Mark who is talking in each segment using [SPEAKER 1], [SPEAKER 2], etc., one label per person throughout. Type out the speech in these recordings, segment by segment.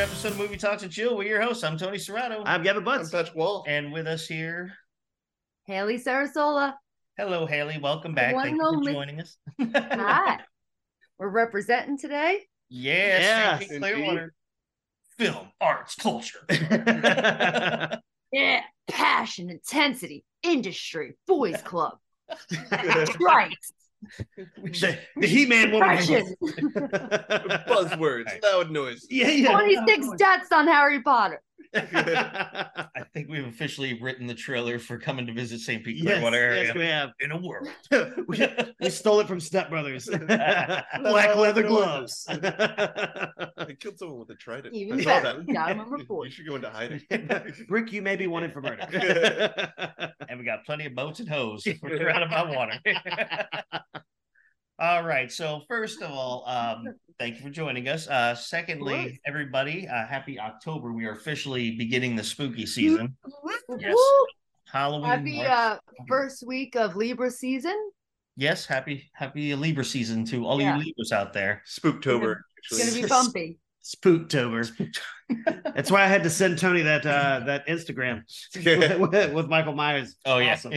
[SPEAKER 1] episode of Movie Talks and Chill. We're your hosts. I'm Tony Serrato.
[SPEAKER 2] I'm Gavin Butts.
[SPEAKER 3] Patrick Wall.
[SPEAKER 1] and with us here,
[SPEAKER 4] Haley Sarasola.
[SPEAKER 1] hello, Haley. Welcome back.
[SPEAKER 4] One
[SPEAKER 1] Thank you for
[SPEAKER 4] only-
[SPEAKER 1] joining us.
[SPEAKER 4] Hi. We're representing today.
[SPEAKER 1] Yes,
[SPEAKER 3] Yes,
[SPEAKER 1] St. Pete Clearwater. Film, arts, culture.
[SPEAKER 4] Yeah. Passion, intensity, industry, boys club, right?
[SPEAKER 2] the the He-Man woman.
[SPEAKER 4] Passion.
[SPEAKER 3] Buzzwords,
[SPEAKER 1] Right.
[SPEAKER 3] loud noise.
[SPEAKER 2] yeah, yeah.
[SPEAKER 4] Twenty-six deaths on Harry Potter.
[SPEAKER 1] I think we've officially written the trailer for coming to visit St. Pete
[SPEAKER 2] yes,
[SPEAKER 1] Clearwater area
[SPEAKER 2] yes, we have.
[SPEAKER 1] in a world.
[SPEAKER 2] we, we stole it from Step Brothers. Black leather gloves.
[SPEAKER 3] They killed someone with a trident.
[SPEAKER 4] Even
[SPEAKER 3] I saw
[SPEAKER 4] better.
[SPEAKER 3] that.
[SPEAKER 4] You got him on report.
[SPEAKER 3] You should go into hiding.
[SPEAKER 2] Rick, you may be wanted for murder.
[SPEAKER 1] and we got plenty of boats and hoes. We're surrounded by water. all right. So first of all, um, thank you for joining us. Uh,
[SPEAKER 4] Of
[SPEAKER 1] secondly,
[SPEAKER 4] course.
[SPEAKER 1] everybody, uh, happy October. We are officially beginning the
[SPEAKER 2] Mm-hmm.
[SPEAKER 1] spooky season. Yes.
[SPEAKER 4] Woo!
[SPEAKER 1] Halloween.
[SPEAKER 4] Happy
[SPEAKER 1] marks-
[SPEAKER 4] uh, first week of Libra season.
[SPEAKER 1] yes, happy happy Libra season to all
[SPEAKER 4] Yeah.
[SPEAKER 1] you Libras out there.
[SPEAKER 3] Spooktober.
[SPEAKER 4] It's
[SPEAKER 3] Actually.
[SPEAKER 4] gonna be bumpy.
[SPEAKER 2] Spooktober. That's why I had to send Tony that uh, that Instagram with, with Michael Myers.
[SPEAKER 1] Oh yeah.
[SPEAKER 2] Awesome.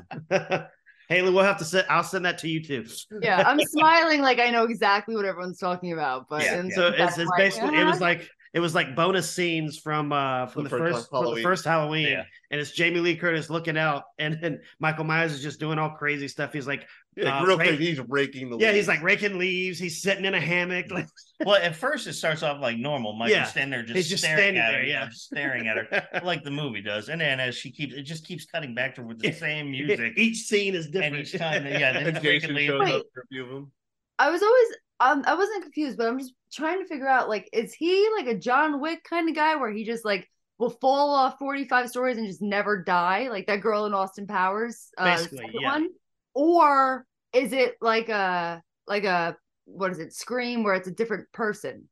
[SPEAKER 2] awesome. Haley, we'll have to send. I'll send that to you too.
[SPEAKER 4] Yeah, I'm smiling like I know exactly what everyone's talking about. But
[SPEAKER 1] Yeah,
[SPEAKER 4] and
[SPEAKER 2] So it's,
[SPEAKER 4] that's
[SPEAKER 2] it's
[SPEAKER 4] why-
[SPEAKER 2] basically it was
[SPEAKER 4] Uh-huh.
[SPEAKER 2] like it was like bonus scenes from uh from the,
[SPEAKER 3] The first
[SPEAKER 2] first from the
[SPEAKER 3] Halloween.
[SPEAKER 2] first Halloween,
[SPEAKER 1] Yeah.
[SPEAKER 2] and it's Jamie Lee Curtis looking out, and then Michael Myers is just doing all crazy stuff. He's like,
[SPEAKER 3] Yeah,
[SPEAKER 2] Uh,
[SPEAKER 3] real
[SPEAKER 2] Ray-
[SPEAKER 3] quick, he's raking the.
[SPEAKER 2] yeah, he's
[SPEAKER 3] leaves.
[SPEAKER 2] like raking leaves. He's sitting in a hammock. Like,
[SPEAKER 1] well, at first it starts off like normal. Michael's
[SPEAKER 2] Yeah.
[SPEAKER 1] standing there just,
[SPEAKER 2] He's just
[SPEAKER 1] staring
[SPEAKER 2] standing
[SPEAKER 1] at her,
[SPEAKER 2] there, yeah.
[SPEAKER 1] just staring at her. Like the movie does. And then as she keeps it just keeps cutting back to her with the
[SPEAKER 2] Yeah.
[SPEAKER 1] same music.
[SPEAKER 2] each scene is different.
[SPEAKER 1] and each time that- yeah, then
[SPEAKER 3] And Jason
[SPEAKER 1] freaking
[SPEAKER 3] shows
[SPEAKER 4] Wait.
[SPEAKER 3] up for a few of them.
[SPEAKER 4] I was always um I wasn't confused, but I'm just trying to figure out like is he like a John Wick kind of guy where he just like will fall off 45 stories and just never die like that girl in Austin Powers uh
[SPEAKER 2] Basically,
[SPEAKER 4] second
[SPEAKER 2] yeah.
[SPEAKER 4] one or is it like a like a what is it scream where it's a different person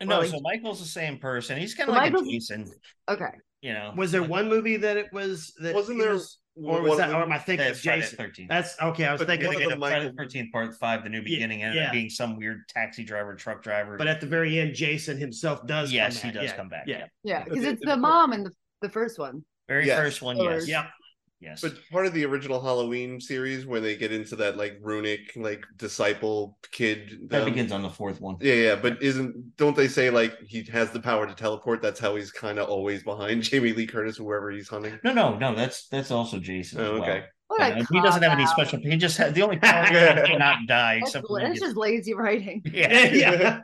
[SPEAKER 1] No,
[SPEAKER 4] Well,
[SPEAKER 1] so
[SPEAKER 4] he-
[SPEAKER 1] Michael's the same person. He's kind of
[SPEAKER 4] But
[SPEAKER 1] like
[SPEAKER 4] Michael's-
[SPEAKER 1] a Jason,
[SPEAKER 4] okay
[SPEAKER 1] you know.
[SPEAKER 2] was there one movie that it was that
[SPEAKER 3] Wasn't
[SPEAKER 2] it
[SPEAKER 3] there
[SPEAKER 2] was- or was
[SPEAKER 3] one-
[SPEAKER 2] that or am I thinking of
[SPEAKER 1] That's Friday
[SPEAKER 2] Jason?
[SPEAKER 1] the 13th.
[SPEAKER 2] That's okay. I was
[SPEAKER 3] But
[SPEAKER 2] thinking,
[SPEAKER 3] one
[SPEAKER 1] they
[SPEAKER 3] of
[SPEAKER 1] did
[SPEAKER 3] the
[SPEAKER 1] a Friday the
[SPEAKER 3] Michael-
[SPEAKER 1] 13th part five, the new beginning, and
[SPEAKER 2] yeah.
[SPEAKER 1] it being some weird taxi driver, truck driver.
[SPEAKER 2] but at the very end, Jason himself does.
[SPEAKER 1] yes,
[SPEAKER 2] come
[SPEAKER 1] he
[SPEAKER 2] back.
[SPEAKER 1] does
[SPEAKER 2] Yeah.
[SPEAKER 1] come back.
[SPEAKER 2] Yeah.
[SPEAKER 4] yeah
[SPEAKER 3] But
[SPEAKER 4] because
[SPEAKER 3] it-
[SPEAKER 4] it's the mom in the, the first one
[SPEAKER 1] Very
[SPEAKER 3] Yes.
[SPEAKER 1] first one, yes.
[SPEAKER 4] Or-
[SPEAKER 2] Yep.
[SPEAKER 1] Yes.
[SPEAKER 3] But part of the original Halloween series, where they get into that like runic, like disciple kid.
[SPEAKER 1] that
[SPEAKER 3] um,
[SPEAKER 1] begins on the fourth one.
[SPEAKER 3] Yeah, yeah, but isn't don't they say like he has the power to teleport? That's how he's kind of always behind Jamie Lee Curtis, whoever he's hunting.
[SPEAKER 1] No, no, no. That's that's also Jason. as
[SPEAKER 3] Oh,
[SPEAKER 1] well.
[SPEAKER 3] okay.
[SPEAKER 4] what
[SPEAKER 1] You
[SPEAKER 4] a
[SPEAKER 1] know, he doesn't have any
[SPEAKER 4] cop-out.
[SPEAKER 1] special. He just has the only power he has is to not die
[SPEAKER 4] that's,
[SPEAKER 1] except
[SPEAKER 4] la-
[SPEAKER 1] when he
[SPEAKER 4] that's
[SPEAKER 1] gets-
[SPEAKER 4] just lazy writing
[SPEAKER 1] yeah.
[SPEAKER 2] yeah.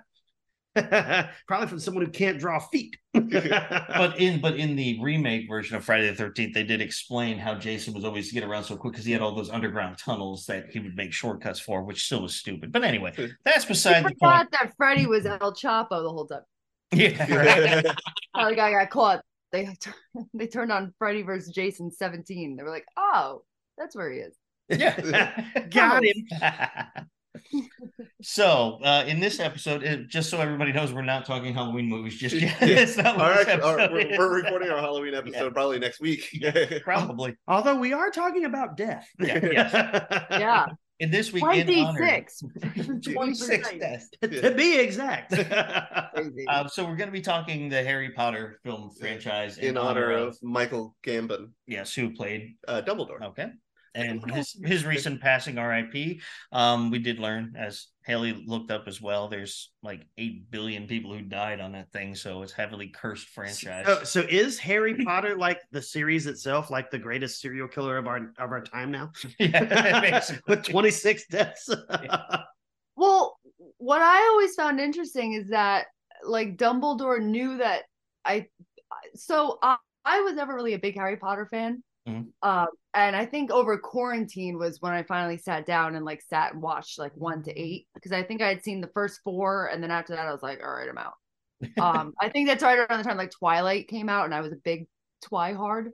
[SPEAKER 2] Probably from someone who can't draw feet.
[SPEAKER 1] But in but in the remake version of Friday the Thirteenth, they did explain how Jason was always to get around so quick because he had all those underground tunnels that he would make shortcuts for, which still was stupid. But anyway, that's
[SPEAKER 4] I
[SPEAKER 1] beside the point.
[SPEAKER 4] forgot that Freddy was El Chapo the whole time
[SPEAKER 1] Yeah, right.
[SPEAKER 3] Yeah.
[SPEAKER 4] how the guy got caught. They they turned on Freddy versus Jason 17. They were like, oh, that's where he is.
[SPEAKER 1] yeah.
[SPEAKER 2] Got him.
[SPEAKER 1] so uh, in this episode, it, just so everybody knows, we're not talking Halloween movies just yet.
[SPEAKER 3] Yeah.
[SPEAKER 1] It's not what
[SPEAKER 3] All
[SPEAKER 1] this
[SPEAKER 3] right, all right,
[SPEAKER 1] episode
[SPEAKER 3] we're,
[SPEAKER 1] is.
[SPEAKER 3] we're recording our Halloween episode probably next week.
[SPEAKER 1] Probably.
[SPEAKER 2] Although we are talking about death.
[SPEAKER 1] Yeah, yes.
[SPEAKER 4] Yeah.
[SPEAKER 1] In this week, in honor-
[SPEAKER 4] 26.
[SPEAKER 1] 26 deaths.
[SPEAKER 2] to be exact.
[SPEAKER 4] Crazy.
[SPEAKER 1] Uh, so we're going to be talking the Harry Potter film franchise
[SPEAKER 3] in honor of Michael Gambon,
[SPEAKER 1] yes, who played
[SPEAKER 3] uh, Dumbledore.
[SPEAKER 1] Okay. And his his recent passing RIP, um, we did learn as Haley looked up as well. There's like eight billion people who died on that thing, so it's heavily cursed franchise.
[SPEAKER 2] So, so is Harry Potter like the series itself, like the greatest serial killer of our of our time now?
[SPEAKER 1] yeah, basically.
[SPEAKER 2] With 26 deaths.
[SPEAKER 4] well, what I always found interesting is that like Dumbledore knew that I so I, I was never really a big Harry Potter fan.
[SPEAKER 1] Mhm.
[SPEAKER 4] Um, and I think over quarantine was when I finally sat down and like sat and watched like one to eight because I think I had seen the first four and then after that I was like, all right, I'm out. um i think that's right around the time like twilight came out and i was a big twihard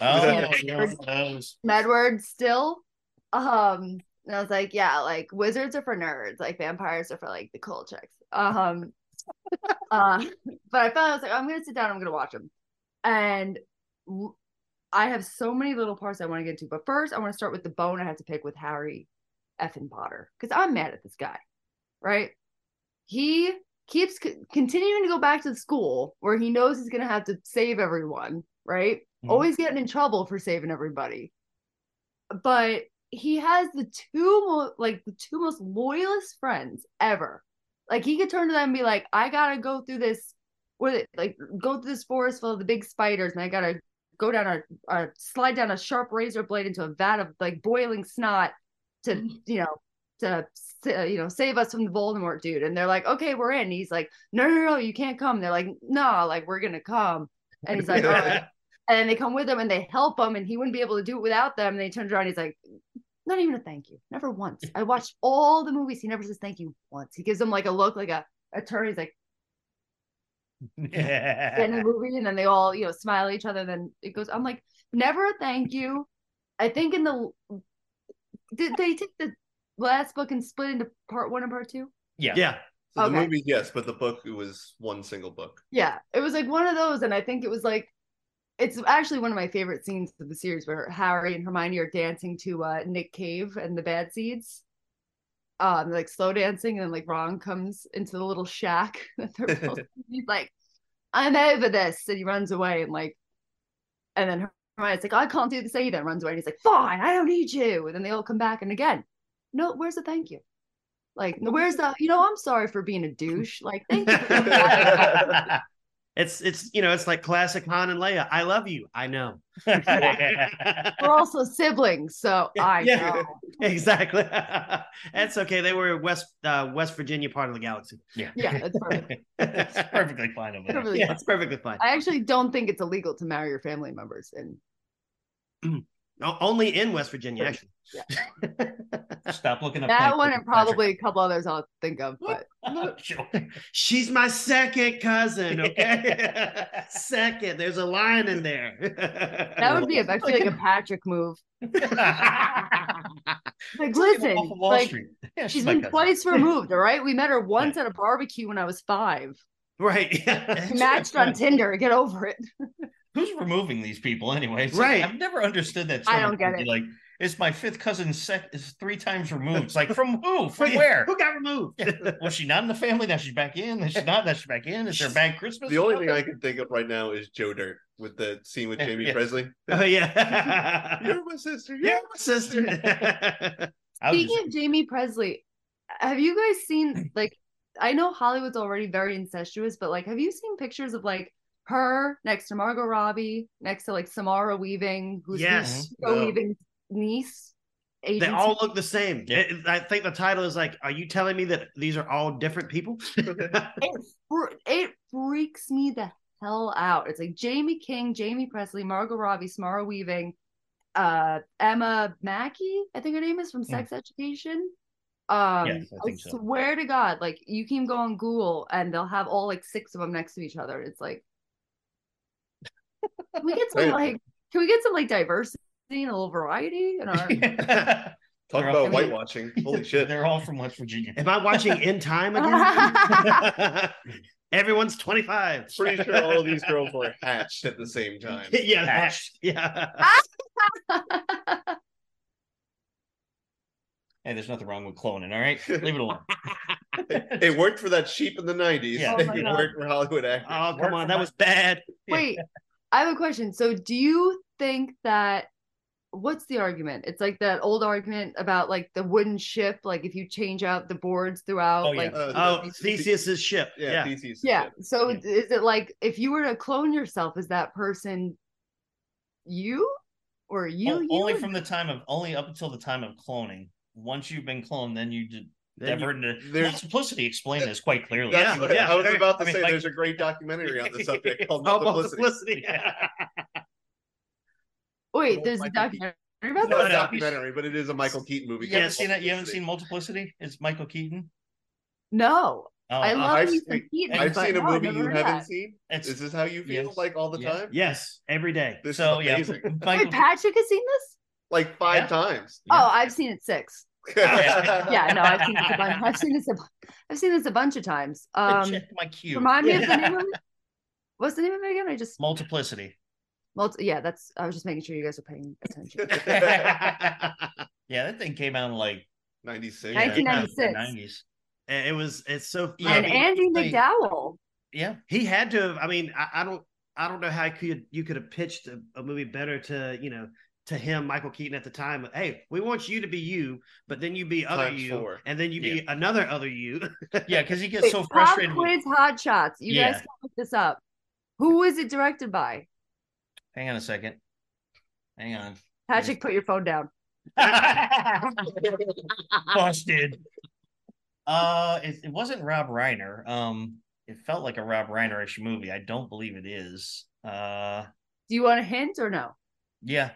[SPEAKER 1] Oh, yeah, one of those.
[SPEAKER 4] medward still um and i was like yeah like wizards are for nerds like vampires are for like the cool chicks um uh but i found i was like i'm gonna sit down i'm gonna watch them and w- i have so many little parts i want to get to but first i want to start with the bone i have to pick with harry effing potter because i'm mad at this guy right he keeps c- continuing to go back to school where he knows he's going to have to save everyone, right?
[SPEAKER 1] Mhm.
[SPEAKER 4] Always getting in trouble for saving everybody. But he has the two mo- like the two most loyalist friends ever. Like he could turn to them and be like, "I gotta go through this, what is it, like go through this forest full of the big spiders, and I gotta go down a, a slide down a sharp razor blade into a vat of like boiling snot to you know to sa- you know save us from the Voldemort dude." And they're like, "Okay, we're in." He's like, "No, no, no, you can't come." They're like, "No, like we're gonna come." And he's like, "All right." and then they come with him and they help him and he wouldn't be able to do it without them and they turned around and he's like not even a thank you never once i watched all the movies he never says thank you once he gives them like a look like a attorney's like in the movie and then they all you know smile at each other and then it goes i'm like never a thank you i think in the did they take the last book and split into part one and part two
[SPEAKER 1] yeah.
[SPEAKER 2] yeah.
[SPEAKER 3] So the
[SPEAKER 4] Okay.
[SPEAKER 3] movie, yes, but the book it was one single book.
[SPEAKER 4] Yeah, it was like one of those, and I think it was like it's actually one of my favorite scenes of the series where Harry and Hermione are dancing to uh, Nick Cave and the Bad Seeds, um, like slow dancing, and then like Ron comes into the little shack that they're supposed to- he's like, "I'm over this," and he runs away, and like, and then Hermione's like, "I can't do this either," and runs away, and he's like, "Fine, I don't need you," and then they all come back, and again, no, where's the thank you? Like, where's the you know, I'm sorry for being a douche. Like, thank you. for coming back."
[SPEAKER 2] It's it's you know it's like classic Han and Leia. I love you. I know.
[SPEAKER 4] we're also siblings, so I
[SPEAKER 2] Yeah.
[SPEAKER 4] know.
[SPEAKER 2] exactly. That's okay. They were West uh, West Virginia part of the galaxy.
[SPEAKER 1] yeah.
[SPEAKER 4] Yeah, that's perfect.
[SPEAKER 1] it's perfectly fine over
[SPEAKER 4] It's
[SPEAKER 1] there.
[SPEAKER 4] really
[SPEAKER 2] yeah,
[SPEAKER 4] fun.
[SPEAKER 2] it's perfectly fine.
[SPEAKER 4] I actually don't think it's illegal to marry your family members, and
[SPEAKER 2] O- Only in West Virginia, actually.
[SPEAKER 1] Stop looking up
[SPEAKER 4] that
[SPEAKER 1] Thank
[SPEAKER 4] one,
[SPEAKER 1] You,
[SPEAKER 4] and probably a couple others I'll think of. But
[SPEAKER 1] Patrick. Not sure.
[SPEAKER 2] She's my second cousin. Okay, second. There's a line in there.
[SPEAKER 4] that would be a, I feel like a Patrick move. Like,
[SPEAKER 1] It's like
[SPEAKER 4] listen,
[SPEAKER 1] Wolf of Wall
[SPEAKER 4] like
[SPEAKER 1] Street. Yeah,
[SPEAKER 4] she's
[SPEAKER 1] my
[SPEAKER 4] been
[SPEAKER 1] cousin.
[SPEAKER 4] twice removed. All right, we met her once at a barbecue when I was five.
[SPEAKER 2] right.
[SPEAKER 4] We matched on Tinder. Get over it.
[SPEAKER 1] Who's removing these people anyway? It's like,
[SPEAKER 2] Right.
[SPEAKER 1] I've never understood that.
[SPEAKER 4] I don't get
[SPEAKER 1] terminology, Like,
[SPEAKER 4] it.
[SPEAKER 1] it's my fifth cousin sec- is three times removed. It's like, from who? From where?
[SPEAKER 2] Who got removed?
[SPEAKER 1] Was she not in the family? Now she's back in. Then she's not. Now she's back in. Is there a bad Christmas?
[SPEAKER 3] The only thing I can think of right now is Joe Dirt with the scene with
[SPEAKER 1] Yeah,
[SPEAKER 3] Jamie
[SPEAKER 1] yeah.
[SPEAKER 3] Presley.
[SPEAKER 2] Oh yeah.
[SPEAKER 3] You're my sister.
[SPEAKER 2] yeah,
[SPEAKER 3] Yeah.
[SPEAKER 2] my sister.
[SPEAKER 1] I was
[SPEAKER 4] Speaking of Jamie Presley, have you guys seen like I know Hollywood's already very incestuous, but like have you seen pictures of like her next to Margot Robbie, next to like Samara Weaving, who's
[SPEAKER 2] yes.
[SPEAKER 4] Hugo
[SPEAKER 3] No.
[SPEAKER 4] Weaving's niece?
[SPEAKER 2] They
[SPEAKER 4] agency?
[SPEAKER 2] all look the same.
[SPEAKER 1] Yeah.
[SPEAKER 2] It- I think the title is like, "Are you telling me that these are all different people?"
[SPEAKER 4] Fr- it freaks me the hell out. It's like Jamie King, Jamie Presley, Margot Robbie, Samara Weaving, uh, Emma Mackey, I think her name is from
[SPEAKER 1] Yeah.
[SPEAKER 4] Sex Education. Um,
[SPEAKER 1] Yes, I
[SPEAKER 4] I,
[SPEAKER 1] think so.
[SPEAKER 4] swear to God, like you can go on Google and they'll have all like six of them next to each other. It's like, can we get some
[SPEAKER 3] Wait.
[SPEAKER 4] like, can we get some like diversity and a little variety in our?
[SPEAKER 1] just-
[SPEAKER 3] Talk
[SPEAKER 1] They're all-
[SPEAKER 3] about whitewashing. Holy shit.
[SPEAKER 1] They're all from West Virginia.
[SPEAKER 2] Am I watching in time again? Everyone's twenty-five.
[SPEAKER 3] Pretty sure all of these girls were hatched at the same time.
[SPEAKER 2] yeah, that-
[SPEAKER 1] Hatched.
[SPEAKER 2] yeah.
[SPEAKER 1] Hey, there's nothing wrong with cloning. All right, leave it alone.
[SPEAKER 3] It worked for that sheep in the 90s.
[SPEAKER 1] Yeah.
[SPEAKER 4] Oh my
[SPEAKER 3] it
[SPEAKER 4] God.
[SPEAKER 3] worked for Hollywood actors.
[SPEAKER 2] Oh
[SPEAKER 1] Work
[SPEAKER 2] come on,
[SPEAKER 1] for
[SPEAKER 2] that
[SPEAKER 1] my-
[SPEAKER 2] was bad.
[SPEAKER 1] Yeah.
[SPEAKER 4] Wait, I have a question. So, do you think that what's the argument? It's like that old argument about like the wooden ship, like if you change out the boards throughout,
[SPEAKER 1] Oh, yeah.
[SPEAKER 4] like
[SPEAKER 3] Uh,
[SPEAKER 2] Oh,
[SPEAKER 3] the-
[SPEAKER 2] Theseus's ship.
[SPEAKER 3] Yeah,
[SPEAKER 2] Yeah,
[SPEAKER 3] Theseus.
[SPEAKER 4] yeah. So,
[SPEAKER 1] Yeah.
[SPEAKER 4] is it like if you were to clone yourself, is that person you or you?
[SPEAKER 1] O-
[SPEAKER 4] you?
[SPEAKER 1] only from the time of only up until the time of cloning. Once you've been cloned, then you did.
[SPEAKER 2] Then you-
[SPEAKER 1] Never. into
[SPEAKER 3] there's-
[SPEAKER 1] Matt Simplicity explained this quite clearly.
[SPEAKER 3] That's
[SPEAKER 2] Yeah,
[SPEAKER 3] what
[SPEAKER 2] yeah,
[SPEAKER 3] I was
[SPEAKER 2] very-
[SPEAKER 3] about to
[SPEAKER 1] I mean,
[SPEAKER 3] say
[SPEAKER 1] like-
[SPEAKER 3] there's a great documentary on the subject called
[SPEAKER 2] Oh,
[SPEAKER 3] Multiplicity.
[SPEAKER 2] multiplicity.
[SPEAKER 4] Wait,
[SPEAKER 3] old
[SPEAKER 4] there's a
[SPEAKER 3] Michael
[SPEAKER 4] documentary about
[SPEAKER 3] It's not
[SPEAKER 4] that.
[SPEAKER 3] a documentary, but it is a Michael Keaton movie.
[SPEAKER 1] You haven't
[SPEAKER 3] called
[SPEAKER 1] seen that? You haven't
[SPEAKER 3] Multiplicity.
[SPEAKER 1] seen Multiplicity? It's Michael Keaton.
[SPEAKER 4] No,
[SPEAKER 1] Oh,
[SPEAKER 4] I
[SPEAKER 1] oh,
[SPEAKER 4] love
[SPEAKER 3] I've
[SPEAKER 4] me some
[SPEAKER 3] seen-
[SPEAKER 4] Keaton,
[SPEAKER 3] I've
[SPEAKER 4] but
[SPEAKER 3] seen a
[SPEAKER 4] no, I've
[SPEAKER 3] movie
[SPEAKER 4] never
[SPEAKER 3] you
[SPEAKER 4] heard
[SPEAKER 3] haven't
[SPEAKER 4] that.
[SPEAKER 3] seen.
[SPEAKER 1] It's,
[SPEAKER 3] Is this how you feel
[SPEAKER 1] Yes.
[SPEAKER 3] like all the
[SPEAKER 1] Yeah.
[SPEAKER 3] time?
[SPEAKER 2] Yes, every day.
[SPEAKER 3] This
[SPEAKER 1] so
[SPEAKER 3] is
[SPEAKER 1] yeah.
[SPEAKER 3] amazing.
[SPEAKER 1] Michael-
[SPEAKER 4] Wait, Patrick has seen this?
[SPEAKER 3] Like five
[SPEAKER 1] Yeah.
[SPEAKER 3] times.
[SPEAKER 4] Oh, I've seen it six.
[SPEAKER 1] Yeah.
[SPEAKER 4] Yeah, no, I've seen this a bunch. I've seen this a, bu- I've seen this a bunch of times.
[SPEAKER 1] I
[SPEAKER 4] Um,
[SPEAKER 1] checked my cue.
[SPEAKER 4] Remind me of the name of it. What's the name of it again? I just
[SPEAKER 1] Multiplicity.
[SPEAKER 4] multi- yeah, that's I was just making sure you guys are paying attention.
[SPEAKER 1] yeah, that thing came out in like
[SPEAKER 3] 96.
[SPEAKER 1] yeah,
[SPEAKER 4] 1996.
[SPEAKER 1] 90s.
[SPEAKER 2] And It was it's so
[SPEAKER 1] Yeah,
[SPEAKER 4] and
[SPEAKER 1] I mean,
[SPEAKER 4] Andy
[SPEAKER 1] like-
[SPEAKER 4] McDowell.
[SPEAKER 1] Yeah.
[SPEAKER 2] he had to have. I mean, I, I don't, I don't know how could you could have pitched a, a movie better to you know to him, Michael Keaton at the time. Hey, we want you to be you, but then you be other
[SPEAKER 3] Times
[SPEAKER 2] you,
[SPEAKER 3] four.
[SPEAKER 2] and then you be another other you.
[SPEAKER 1] Yeah, because he gets
[SPEAKER 4] Wait,
[SPEAKER 1] so
[SPEAKER 4] pop
[SPEAKER 1] frustrated with
[SPEAKER 4] quiz hot shots. You
[SPEAKER 1] Yeah.
[SPEAKER 4] guys can look this up. Who was it directed by?
[SPEAKER 1] hang on a second. Hang on.
[SPEAKER 4] Patrick, put your phone down.
[SPEAKER 1] Busted. Uh, it, it wasn't Rob Reiner. Um, it felt like a Rob Reiner-ish movie. I don't believe it is. Uh,
[SPEAKER 4] Do you want a hint or no?
[SPEAKER 1] yeah.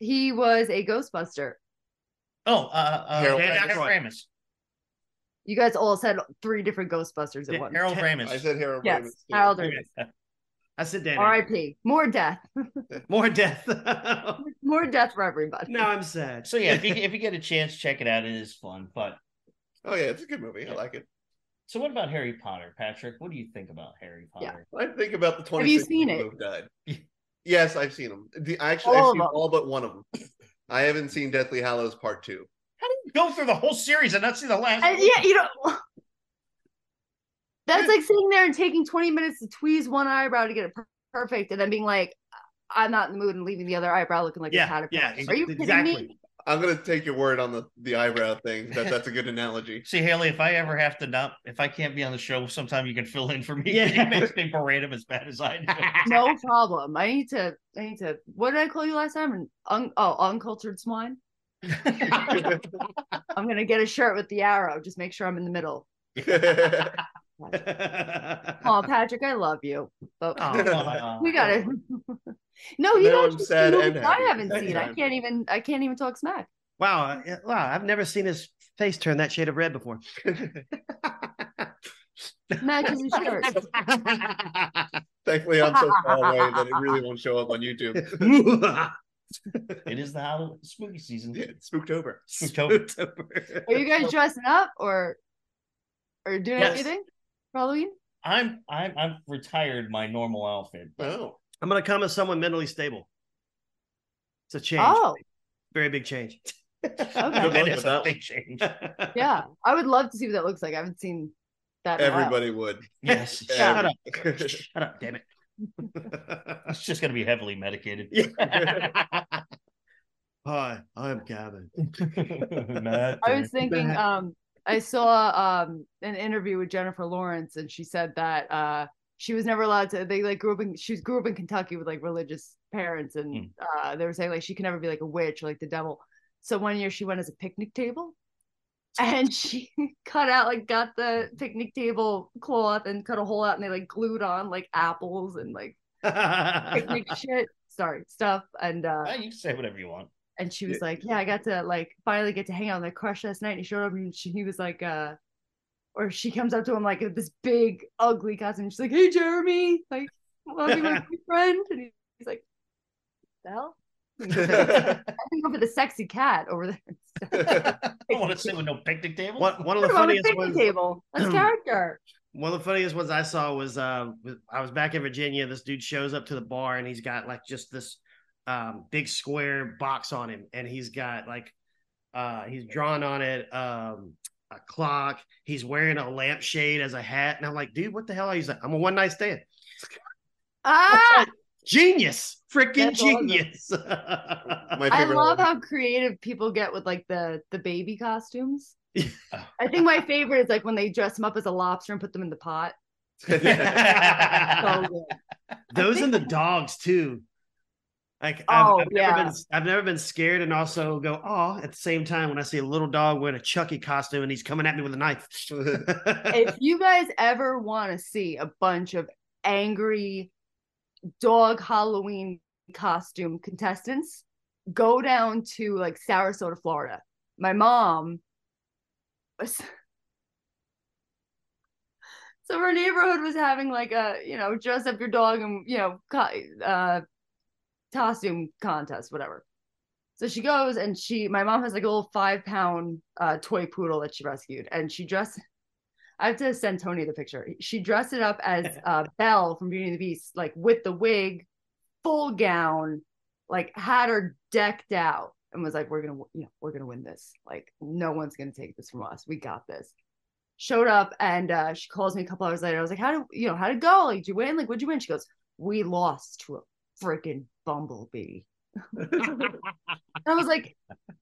[SPEAKER 4] He was a Ghostbuster.
[SPEAKER 1] Oh, uh, uh
[SPEAKER 3] Harold
[SPEAKER 1] Dan-
[SPEAKER 2] Ramis.
[SPEAKER 1] Ramis.
[SPEAKER 4] You guys all said three different Ghostbusters at
[SPEAKER 2] Yeah,
[SPEAKER 4] once.
[SPEAKER 1] Harold
[SPEAKER 2] Te-
[SPEAKER 1] Ramis.
[SPEAKER 3] I said Harold
[SPEAKER 4] Yes,
[SPEAKER 3] Ramis. too.
[SPEAKER 4] Harold Ramis.
[SPEAKER 2] I said, Dan,
[SPEAKER 4] R.I.P. More death.
[SPEAKER 2] more death.
[SPEAKER 4] More death for everybody.
[SPEAKER 2] now I'm sad.
[SPEAKER 1] So yeah, if you, if you get a chance, check it out. It is fun. But
[SPEAKER 3] Oh yeah, it's a good movie. I like it.
[SPEAKER 1] so, what about Harry Potter, Patrick? What do you think about Harry
[SPEAKER 4] Yeah.
[SPEAKER 1] Potter?
[SPEAKER 3] I think about the
[SPEAKER 4] Have
[SPEAKER 3] twenty.
[SPEAKER 4] you seen it?
[SPEAKER 3] Who died? Yes, I've seen them. The, actually,
[SPEAKER 4] All
[SPEAKER 3] I've
[SPEAKER 4] of
[SPEAKER 3] seen
[SPEAKER 4] them.
[SPEAKER 3] all but one of them. I haven't seen Deathly Hallows Part Two.
[SPEAKER 1] How do you go through the whole series and not see the last?
[SPEAKER 4] And
[SPEAKER 1] one?
[SPEAKER 4] yeah, you know. That's like sitting there and taking 20 minutes to tweeze one eyebrow to get it per- perfect and then being like, I'm not in the mood and leaving the other eyebrow looking like
[SPEAKER 2] Yeah,
[SPEAKER 4] a caterpillar.
[SPEAKER 2] yeah,
[SPEAKER 4] Are you kidding
[SPEAKER 2] exactly.
[SPEAKER 4] me?
[SPEAKER 3] I'm gonna take your word on the the eyebrow thing. That that's a good analogy.
[SPEAKER 1] See, Haley, if I ever have to not, if I can't be on the show, sometime you can fill in for me.
[SPEAKER 2] Yeah.
[SPEAKER 1] It makes me berate him as bad as I do.
[SPEAKER 4] No problem. I need to, I need to, what did I call you last time? An un, oh, uncultured swine? I'm going to get a shirt with the arrow. Just make sure I'm in the middle. Oh, Patrick, I love you. But
[SPEAKER 1] Aw.
[SPEAKER 4] Oh. we got it. no, you
[SPEAKER 3] Now I'm
[SPEAKER 4] guys have
[SPEAKER 3] sad
[SPEAKER 4] seen
[SPEAKER 3] and
[SPEAKER 4] movies I
[SPEAKER 3] happy at
[SPEAKER 4] haven't
[SPEAKER 3] the same
[SPEAKER 4] seen. I
[SPEAKER 3] time.
[SPEAKER 4] can't even I can't even talk smack.
[SPEAKER 2] wow, I- wow! I've never seen his face turn that shade of red before.
[SPEAKER 4] Matches his shirt.
[SPEAKER 3] Thankfully, I'm so far away that it really won't show up on YouTube.
[SPEAKER 1] It is the Halloween spooky season.
[SPEAKER 3] Yeah, it's spooked over.
[SPEAKER 1] Spooktober.
[SPEAKER 4] Are you guys dressing up or or doing
[SPEAKER 1] Yes.
[SPEAKER 4] anything for Halloween?
[SPEAKER 1] I'm I'm I'm retired my normal outfit.
[SPEAKER 3] Oh,
[SPEAKER 2] I'm gonna come as someone mentally stable. It's a change,
[SPEAKER 4] Oh,
[SPEAKER 2] very big change.
[SPEAKER 4] Good
[SPEAKER 1] It
[SPEAKER 3] luck
[SPEAKER 1] is
[SPEAKER 3] with
[SPEAKER 1] a
[SPEAKER 3] that
[SPEAKER 1] big change.
[SPEAKER 4] yeah. I would love to see what that looks like. I haven't seen that. in a while.
[SPEAKER 3] everybody would.
[SPEAKER 1] Yes.
[SPEAKER 4] Yeah.
[SPEAKER 2] Shut up!
[SPEAKER 3] Every-
[SPEAKER 2] Shut up! Damn it!
[SPEAKER 1] It's just gonna be heavily medicated.
[SPEAKER 2] Hi, I'm Gavin.
[SPEAKER 1] Matt,
[SPEAKER 4] I was thinking
[SPEAKER 2] Bad.
[SPEAKER 4] um I saw um an interview with Jennifer Lawrence and she said that uh she was never allowed to they like grew up in she was grew up in Kentucky with like religious parents and
[SPEAKER 1] Hmm.
[SPEAKER 4] uh they were saying like she can never be like a witch or like the devil. So one year she went as a picnic table and she cut out like got the picnic table cloth and cut a hole out and they like glued on like apples and like picnic shit sorry stuff and uh
[SPEAKER 1] Ah, you can say whatever you want.
[SPEAKER 4] and she was like, "Yeah, I got to like finally get to hang out with my crush last night." And he showed up, and she, he was like, uh, or she comes up to him like with this big ugly costume. She's like, "Hey, Jeremy, like, want to be my boyfriend?" And he's like, "The hell." And he's like, I think over the sexy cat over there.
[SPEAKER 1] I don't want to sit with no picnic table.
[SPEAKER 2] one, one of the
[SPEAKER 4] Put him on a
[SPEAKER 2] funniest
[SPEAKER 4] picnic
[SPEAKER 2] ones.
[SPEAKER 4] table. That's character.
[SPEAKER 2] One of the funniest ones I saw was uh, was- I was back in Virginia. This dude shows up to the bar and he's got like just this um, big square box on him, and he's got like uh, he's drawn on it um, a clock. He's wearing a lampshade as a hat, and I'm like, dude, what the hell? are you?" He's like, I'm a one night stand.
[SPEAKER 4] Ah,
[SPEAKER 2] Genius, freaking
[SPEAKER 4] That's awesome.
[SPEAKER 2] genius.
[SPEAKER 3] My
[SPEAKER 4] I
[SPEAKER 3] favorite
[SPEAKER 4] love
[SPEAKER 3] one.
[SPEAKER 4] how creative people get with like the the baby costumes.
[SPEAKER 2] Yeah.
[SPEAKER 4] I think my favorite is like when they dress them up as a lobster and put them in the pot. So good.
[SPEAKER 2] Those
[SPEAKER 4] think-
[SPEAKER 2] and the dogs too. Like I've,
[SPEAKER 4] Oh,
[SPEAKER 2] I've
[SPEAKER 4] yeah.
[SPEAKER 2] never been, I've never been scared and also go oh at the same time when I see a little dog wearing a Chucky costume and he's coming at me with a knife.
[SPEAKER 4] if you guys ever want to see a bunch of angry dog Halloween costume contestants, go down to like Sarasota, Florida. My mom was. So her neighborhood was having like a, you know, dress up your dog and, you know, co- uh, costume contest, whatever. So she goes and she, my mom has like a little five pound uh, toy poodle that she rescued and she dressed I have to send Tony the picture. She dressed it up as uh, Belle from Beauty and the Beast, like with the wig, full gown, like had her decked out, and was like, "We're gonna, you know, we're gonna win this. Like, no one's gonna take this from us. We got this." showed up and uh, she calls me a couple hours later. I was like, how did you know how did it go? Like, did you win? Like, what'd you win? She goes, we lost to a freaking bumblebee. And I was like,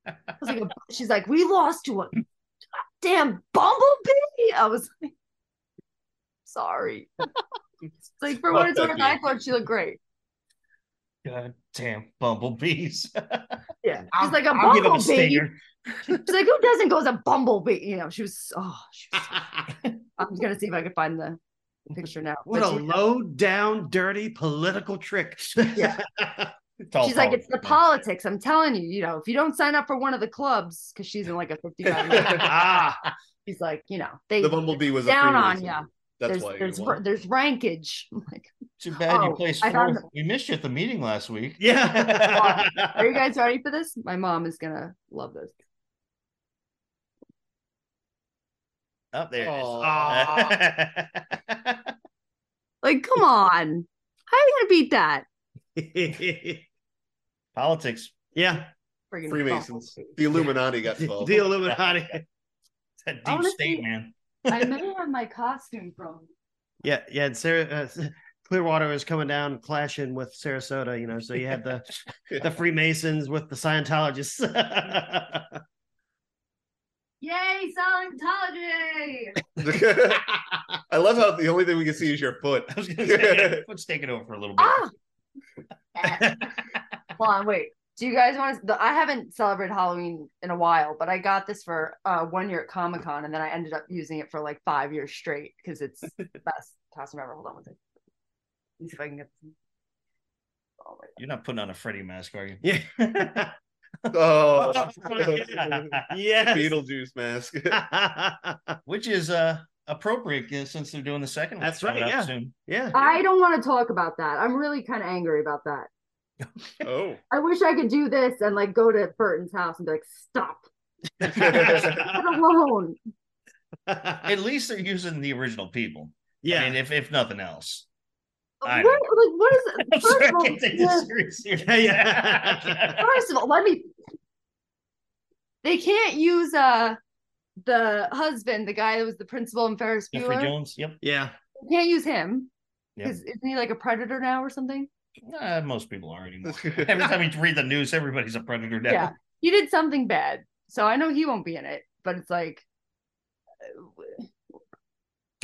[SPEAKER 4] I was like, she's like, we lost to a damn bumblebee. I was like, sorry. It's like for what it's worth, I thought she looked great.
[SPEAKER 1] God damn bumblebees.
[SPEAKER 4] Yeah,
[SPEAKER 2] I'll-
[SPEAKER 4] she's like a
[SPEAKER 2] I'll give him a
[SPEAKER 4] bumblebee.
[SPEAKER 2] stinger.
[SPEAKER 4] She's like, who doesn't go as a bumblebee? You know, she was. Oh, she was, I'm gonna see if I can find the picture now.
[SPEAKER 2] What
[SPEAKER 4] But
[SPEAKER 2] a
[SPEAKER 4] she-
[SPEAKER 2] low down, dirty political trick.
[SPEAKER 1] It's all
[SPEAKER 4] She's like, it's the
[SPEAKER 1] politics,
[SPEAKER 4] politics. I'm telling you, you know, if you don't sign up for one of the clubs, because she's in like a 55,
[SPEAKER 2] ah,
[SPEAKER 4] she's like, you know, they
[SPEAKER 3] The bumblebee was
[SPEAKER 4] down
[SPEAKER 3] a
[SPEAKER 4] on
[SPEAKER 3] Freemason.
[SPEAKER 4] ya.
[SPEAKER 3] That's
[SPEAKER 4] there's
[SPEAKER 3] why.
[SPEAKER 4] there's
[SPEAKER 3] you
[SPEAKER 4] ra-
[SPEAKER 3] won.
[SPEAKER 4] there's rankage. I'm like,
[SPEAKER 1] man. Too bad you
[SPEAKER 4] Oh,
[SPEAKER 1] placed
[SPEAKER 4] I found
[SPEAKER 1] fourth. We missed you at the meeting last week.
[SPEAKER 2] yeah.
[SPEAKER 4] Are you guys ready for this? My mom is gonna love this.
[SPEAKER 1] Up there.
[SPEAKER 2] Aw.
[SPEAKER 4] Like, come on. How are you gonna beat that?
[SPEAKER 1] politics.
[SPEAKER 2] yeah.
[SPEAKER 4] Friggin'
[SPEAKER 3] Freemasons.
[SPEAKER 4] bumblebee.
[SPEAKER 3] The Illuminati got involved.
[SPEAKER 2] The Illuminati.
[SPEAKER 1] It's that deep
[SPEAKER 4] I wanna
[SPEAKER 1] state,
[SPEAKER 4] see-
[SPEAKER 1] man.
[SPEAKER 4] I may have my costume from.
[SPEAKER 2] Yeah, yeah. And Sarah uh, Clearwater was coming down, clashing with Sarasota. You know, so you had the the Freemasons with the Scientologists.
[SPEAKER 4] Yay, Scientology!
[SPEAKER 3] I love how the only thing we can see is your foot.
[SPEAKER 1] I was gonna say, let's take it over for a little bit.
[SPEAKER 4] ah. Eh. Hold on, wait. Do you guys want to? I haven't celebrated Halloween in a while, but I got this for uh, one year at Comic Con, and then I ended up using it for like five years straight because it's the best costume ever. Hold on one second. Let me see if I can get. This. Oh my
[SPEAKER 1] You're not putting on a Freddy mask, are you?
[SPEAKER 2] yeah.
[SPEAKER 3] Oh,
[SPEAKER 2] yes.
[SPEAKER 3] Beetlejuice mask.
[SPEAKER 1] Which is uh appropriate uh, since they're doing the second one
[SPEAKER 2] That's
[SPEAKER 1] coming
[SPEAKER 2] right,
[SPEAKER 1] up
[SPEAKER 2] yeah.
[SPEAKER 1] soon.
[SPEAKER 2] yeah.
[SPEAKER 4] I don't want to talk about that. I'm really kind of angry about that.
[SPEAKER 3] oh,
[SPEAKER 4] I wish I could do this and like go to Burton's house and be like, stop, get alone.
[SPEAKER 1] At least they're using the original people.
[SPEAKER 2] Uh, yeah.
[SPEAKER 1] I mean, if if nothing else. I
[SPEAKER 4] What,
[SPEAKER 1] know.
[SPEAKER 4] like, what
[SPEAKER 1] I'm
[SPEAKER 4] is
[SPEAKER 1] sorry,
[SPEAKER 4] first
[SPEAKER 1] I
[SPEAKER 4] of all,
[SPEAKER 1] can't take
[SPEAKER 4] yeah,
[SPEAKER 1] this serious here.
[SPEAKER 2] Yeah, yeah.
[SPEAKER 4] First of all, let me. They can't use uh the husband, the guy that was the principal in Ferris
[SPEAKER 1] Jeffrey
[SPEAKER 4] Bueller.
[SPEAKER 1] Jones. Yep.
[SPEAKER 2] yeah.
[SPEAKER 4] They can't use him
[SPEAKER 1] Yep.
[SPEAKER 4] because isn't he like a predator now or something?
[SPEAKER 1] Nah, most people are anymore. Every time you read the news, everybody's a predator now.
[SPEAKER 4] Yeah, he did something bad, so I know he won't be in it. But it's like,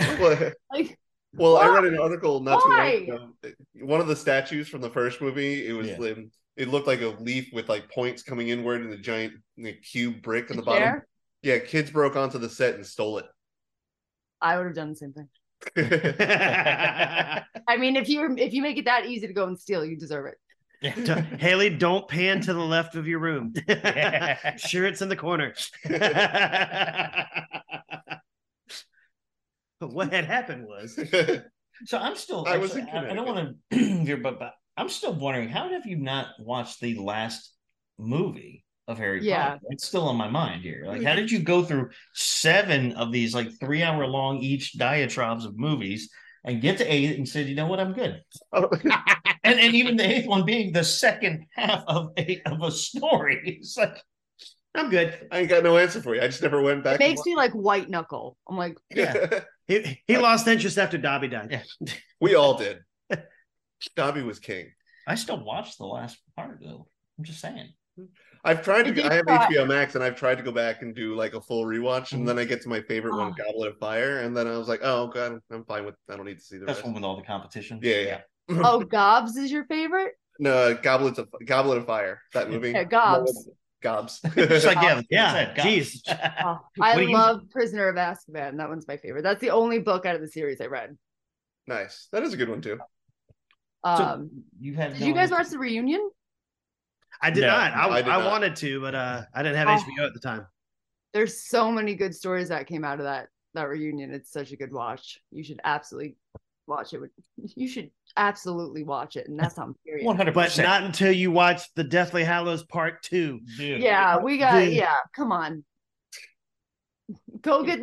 [SPEAKER 4] uh,
[SPEAKER 3] well,
[SPEAKER 4] like
[SPEAKER 3] well, I read an article not too
[SPEAKER 4] Why?
[SPEAKER 3] long ago. One of the statues from the first movie, it was
[SPEAKER 1] Yeah.
[SPEAKER 3] um, it looked like a leaf with like points coming inward and a giant like, cube brick on the bottom.
[SPEAKER 4] there,
[SPEAKER 3] Yeah, kids broke onto the set and stole
[SPEAKER 4] I would have done the same thing.
[SPEAKER 3] it.
[SPEAKER 4] I mean, if you if you make it that easy to go and steal, you deserve it.
[SPEAKER 2] D- Haley, don't pan to the left of your room. sure, it's in the corner. But what had happened was,
[SPEAKER 1] so I'm still.
[SPEAKER 3] I was in
[SPEAKER 1] actually, I, I don't want to hear, but, but I'm still wondering how have you not watched the last movie of Harry
[SPEAKER 4] Yeah.
[SPEAKER 1] Potter? It's still on my mind here. Like, how did you go through seven of these like three hour long each diatribes of movies? And get to eight and said, you know what, I'm good.
[SPEAKER 3] Oh.
[SPEAKER 1] And and even the eighth one being the second half of a of a story. It's like
[SPEAKER 2] I'm good.
[SPEAKER 3] I ain't got no answer for you. I just never went back.
[SPEAKER 4] It makes me like white knuckle. I'm like,
[SPEAKER 3] yeah.
[SPEAKER 2] He, he lost interest after Dobby died.
[SPEAKER 1] Yeah.
[SPEAKER 3] we all did. Dobby was king.
[SPEAKER 1] I still watch the last part though. I'm just saying.
[SPEAKER 3] I've tried to.
[SPEAKER 4] Did you
[SPEAKER 3] I have
[SPEAKER 4] try-
[SPEAKER 3] HBO Max, and I've tried to go back and do like a full rewatch, and then I get to my favorite one,
[SPEAKER 4] Oh.
[SPEAKER 3] Goblet of Fire, and then I was like, "Oh god, I'm fine with. I don't need to see the
[SPEAKER 1] That's
[SPEAKER 3] rest."
[SPEAKER 1] one with all the competition.
[SPEAKER 3] Yeah, yeah.
[SPEAKER 4] oh, Gobs is your favorite?
[SPEAKER 3] No, uh, Goblets of Goblet of Fire. That movie.
[SPEAKER 4] Yeah, Gobs.
[SPEAKER 3] Gobs.
[SPEAKER 1] It's like, yeah,
[SPEAKER 2] Yeah,
[SPEAKER 1] that's it, God.
[SPEAKER 4] Oh, I
[SPEAKER 2] What do you-
[SPEAKER 4] love Prisoner of Azkaban. That one's my favorite. That's the only book out of the series I read.
[SPEAKER 3] nice. That is a good one too.
[SPEAKER 1] So,
[SPEAKER 4] Um,
[SPEAKER 1] you have
[SPEAKER 4] did
[SPEAKER 1] no
[SPEAKER 4] you guys
[SPEAKER 1] idea.
[SPEAKER 4] watch the reunion?
[SPEAKER 2] I did
[SPEAKER 1] No,
[SPEAKER 2] not. I,
[SPEAKER 3] I
[SPEAKER 2] I,
[SPEAKER 3] did not.
[SPEAKER 2] wanted to, but uh, I didn't have
[SPEAKER 4] Oh.
[SPEAKER 2] HBO at the time.
[SPEAKER 4] There's so many good stories that came out of that that reunion. It's such a good watch. You should absolutely watch it. with- You should absolutely watch it, and that's how I'm serious.
[SPEAKER 1] 100%.
[SPEAKER 2] But not until you watch the Deathly Hallows Part Two.
[SPEAKER 1] Dude.
[SPEAKER 4] Yeah, we got.
[SPEAKER 2] Dude.
[SPEAKER 4] Yeah, come on. Go get,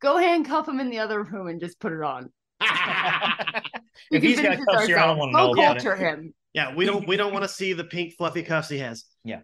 [SPEAKER 4] go handcuff him in the other room and just put it on. We
[SPEAKER 1] If
[SPEAKER 4] can
[SPEAKER 1] he's got
[SPEAKER 4] finish this
[SPEAKER 1] cuffs here, I don't
[SPEAKER 4] ourselves.
[SPEAKER 1] wanna
[SPEAKER 4] Go
[SPEAKER 1] know about it.
[SPEAKER 4] culture him.
[SPEAKER 2] Yeah, we don't we don't want to see the pink fluffy cuffs he has.
[SPEAKER 3] Hey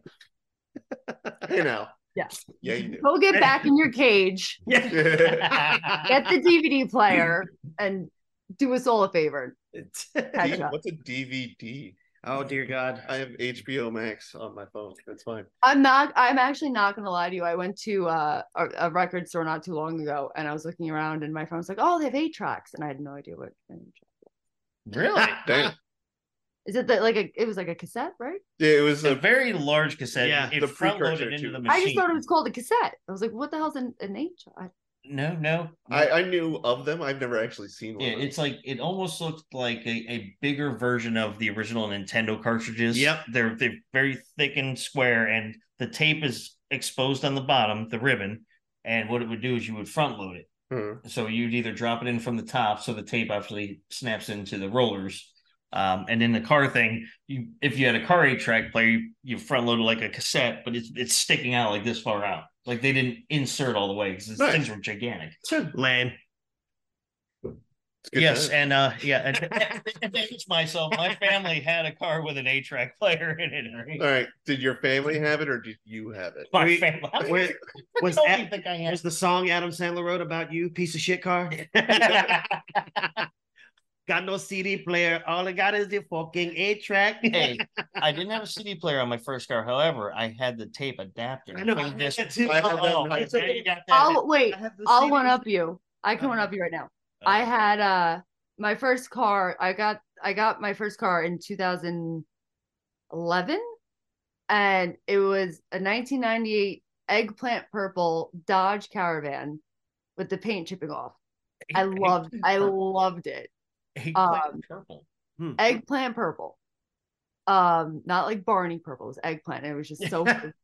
[SPEAKER 3] now. Yeah, you
[SPEAKER 4] Go get back in your cage,
[SPEAKER 3] do.
[SPEAKER 4] get the DVD player, and do us all a favor. Catch up.
[SPEAKER 3] What's a DVD?
[SPEAKER 2] oh dear God.
[SPEAKER 3] I have HBO Max on my phone. That's fine.
[SPEAKER 4] I'm not. I'm actually not gonna lie to you. I went to uh, a, a record store not too long ago, and I was looking around, and my friend was like, "Oh, they have eight tracks," and I had no idea what. an eight track-
[SPEAKER 1] really?
[SPEAKER 3] Damn.
[SPEAKER 4] Is it that like a? It was like a cassette, right?
[SPEAKER 3] Yeah, it was
[SPEAKER 1] It's a
[SPEAKER 3] a
[SPEAKER 1] very large cassette.
[SPEAKER 2] Yeah,
[SPEAKER 1] it
[SPEAKER 3] the
[SPEAKER 1] front loaded
[SPEAKER 3] precursor
[SPEAKER 1] into
[SPEAKER 3] to-
[SPEAKER 1] the
[SPEAKER 4] I
[SPEAKER 1] machine.
[SPEAKER 4] just thought it was called a cassette. I was like, "What the hell's an, an eight track?"
[SPEAKER 1] No, no.
[SPEAKER 3] I, I knew of them. I've never actually seen one.
[SPEAKER 1] yeah, it's like it almost looked like a, a bigger version of the original Nintendo cartridges.
[SPEAKER 2] Yep.
[SPEAKER 1] They're they're very thick and square, and the tape is exposed on the bottom, the ribbon. And what it would do is you would front load it.
[SPEAKER 3] Hmm.
[SPEAKER 1] So you'd either drop it in from the top, so the tape actually snaps into the rollers. Um, and in the car thing, you if you had a car eight track player, you, you front loaded like a cassette, but it's it's sticking out like this far out. Like they didn't insert all the way because these
[SPEAKER 3] Nice.
[SPEAKER 1] things were gigantic.
[SPEAKER 2] Lame.
[SPEAKER 3] It's good
[SPEAKER 1] yes,
[SPEAKER 3] time.
[SPEAKER 1] and uh, yeah, and to age myself, my family had a car with an eight track player in it. right?
[SPEAKER 3] All right. Did your family have it or did you have it?
[SPEAKER 1] My
[SPEAKER 2] We-
[SPEAKER 1] family. I
[SPEAKER 2] Where, was,
[SPEAKER 1] don't
[SPEAKER 2] Ad-
[SPEAKER 1] even think I
[SPEAKER 2] was the song Adam Sandler wrote about you, piece of shit car?
[SPEAKER 1] had.
[SPEAKER 2] Got no CD player. All I got is the fucking eight track.
[SPEAKER 1] hey, I didn't have a CD player on my first car. However, I had the tape adapter.
[SPEAKER 2] I know.
[SPEAKER 1] for
[SPEAKER 2] I had
[SPEAKER 1] this.
[SPEAKER 2] that too.
[SPEAKER 3] I had that
[SPEAKER 1] Oh,
[SPEAKER 3] night.
[SPEAKER 1] it's okay, you got that.
[SPEAKER 4] I'll wait.
[SPEAKER 2] I have the
[SPEAKER 4] I'll
[SPEAKER 2] CD.
[SPEAKER 4] one up you. I can one
[SPEAKER 1] Okay.
[SPEAKER 4] up you right now.
[SPEAKER 1] Uh,
[SPEAKER 4] I had uh my first car. I got I got my first car in 2011, and it was a 1998 eggplant purple Dodge Caravan with the paint chipping off. I
[SPEAKER 1] eight-
[SPEAKER 4] loved I
[SPEAKER 1] purple.
[SPEAKER 4] loved it.
[SPEAKER 1] eight
[SPEAKER 4] um,
[SPEAKER 1] platinum purple.
[SPEAKER 2] Mm.
[SPEAKER 4] Eggplant purple. Um, not like Barney purple. It was eggplant. It was just so it was just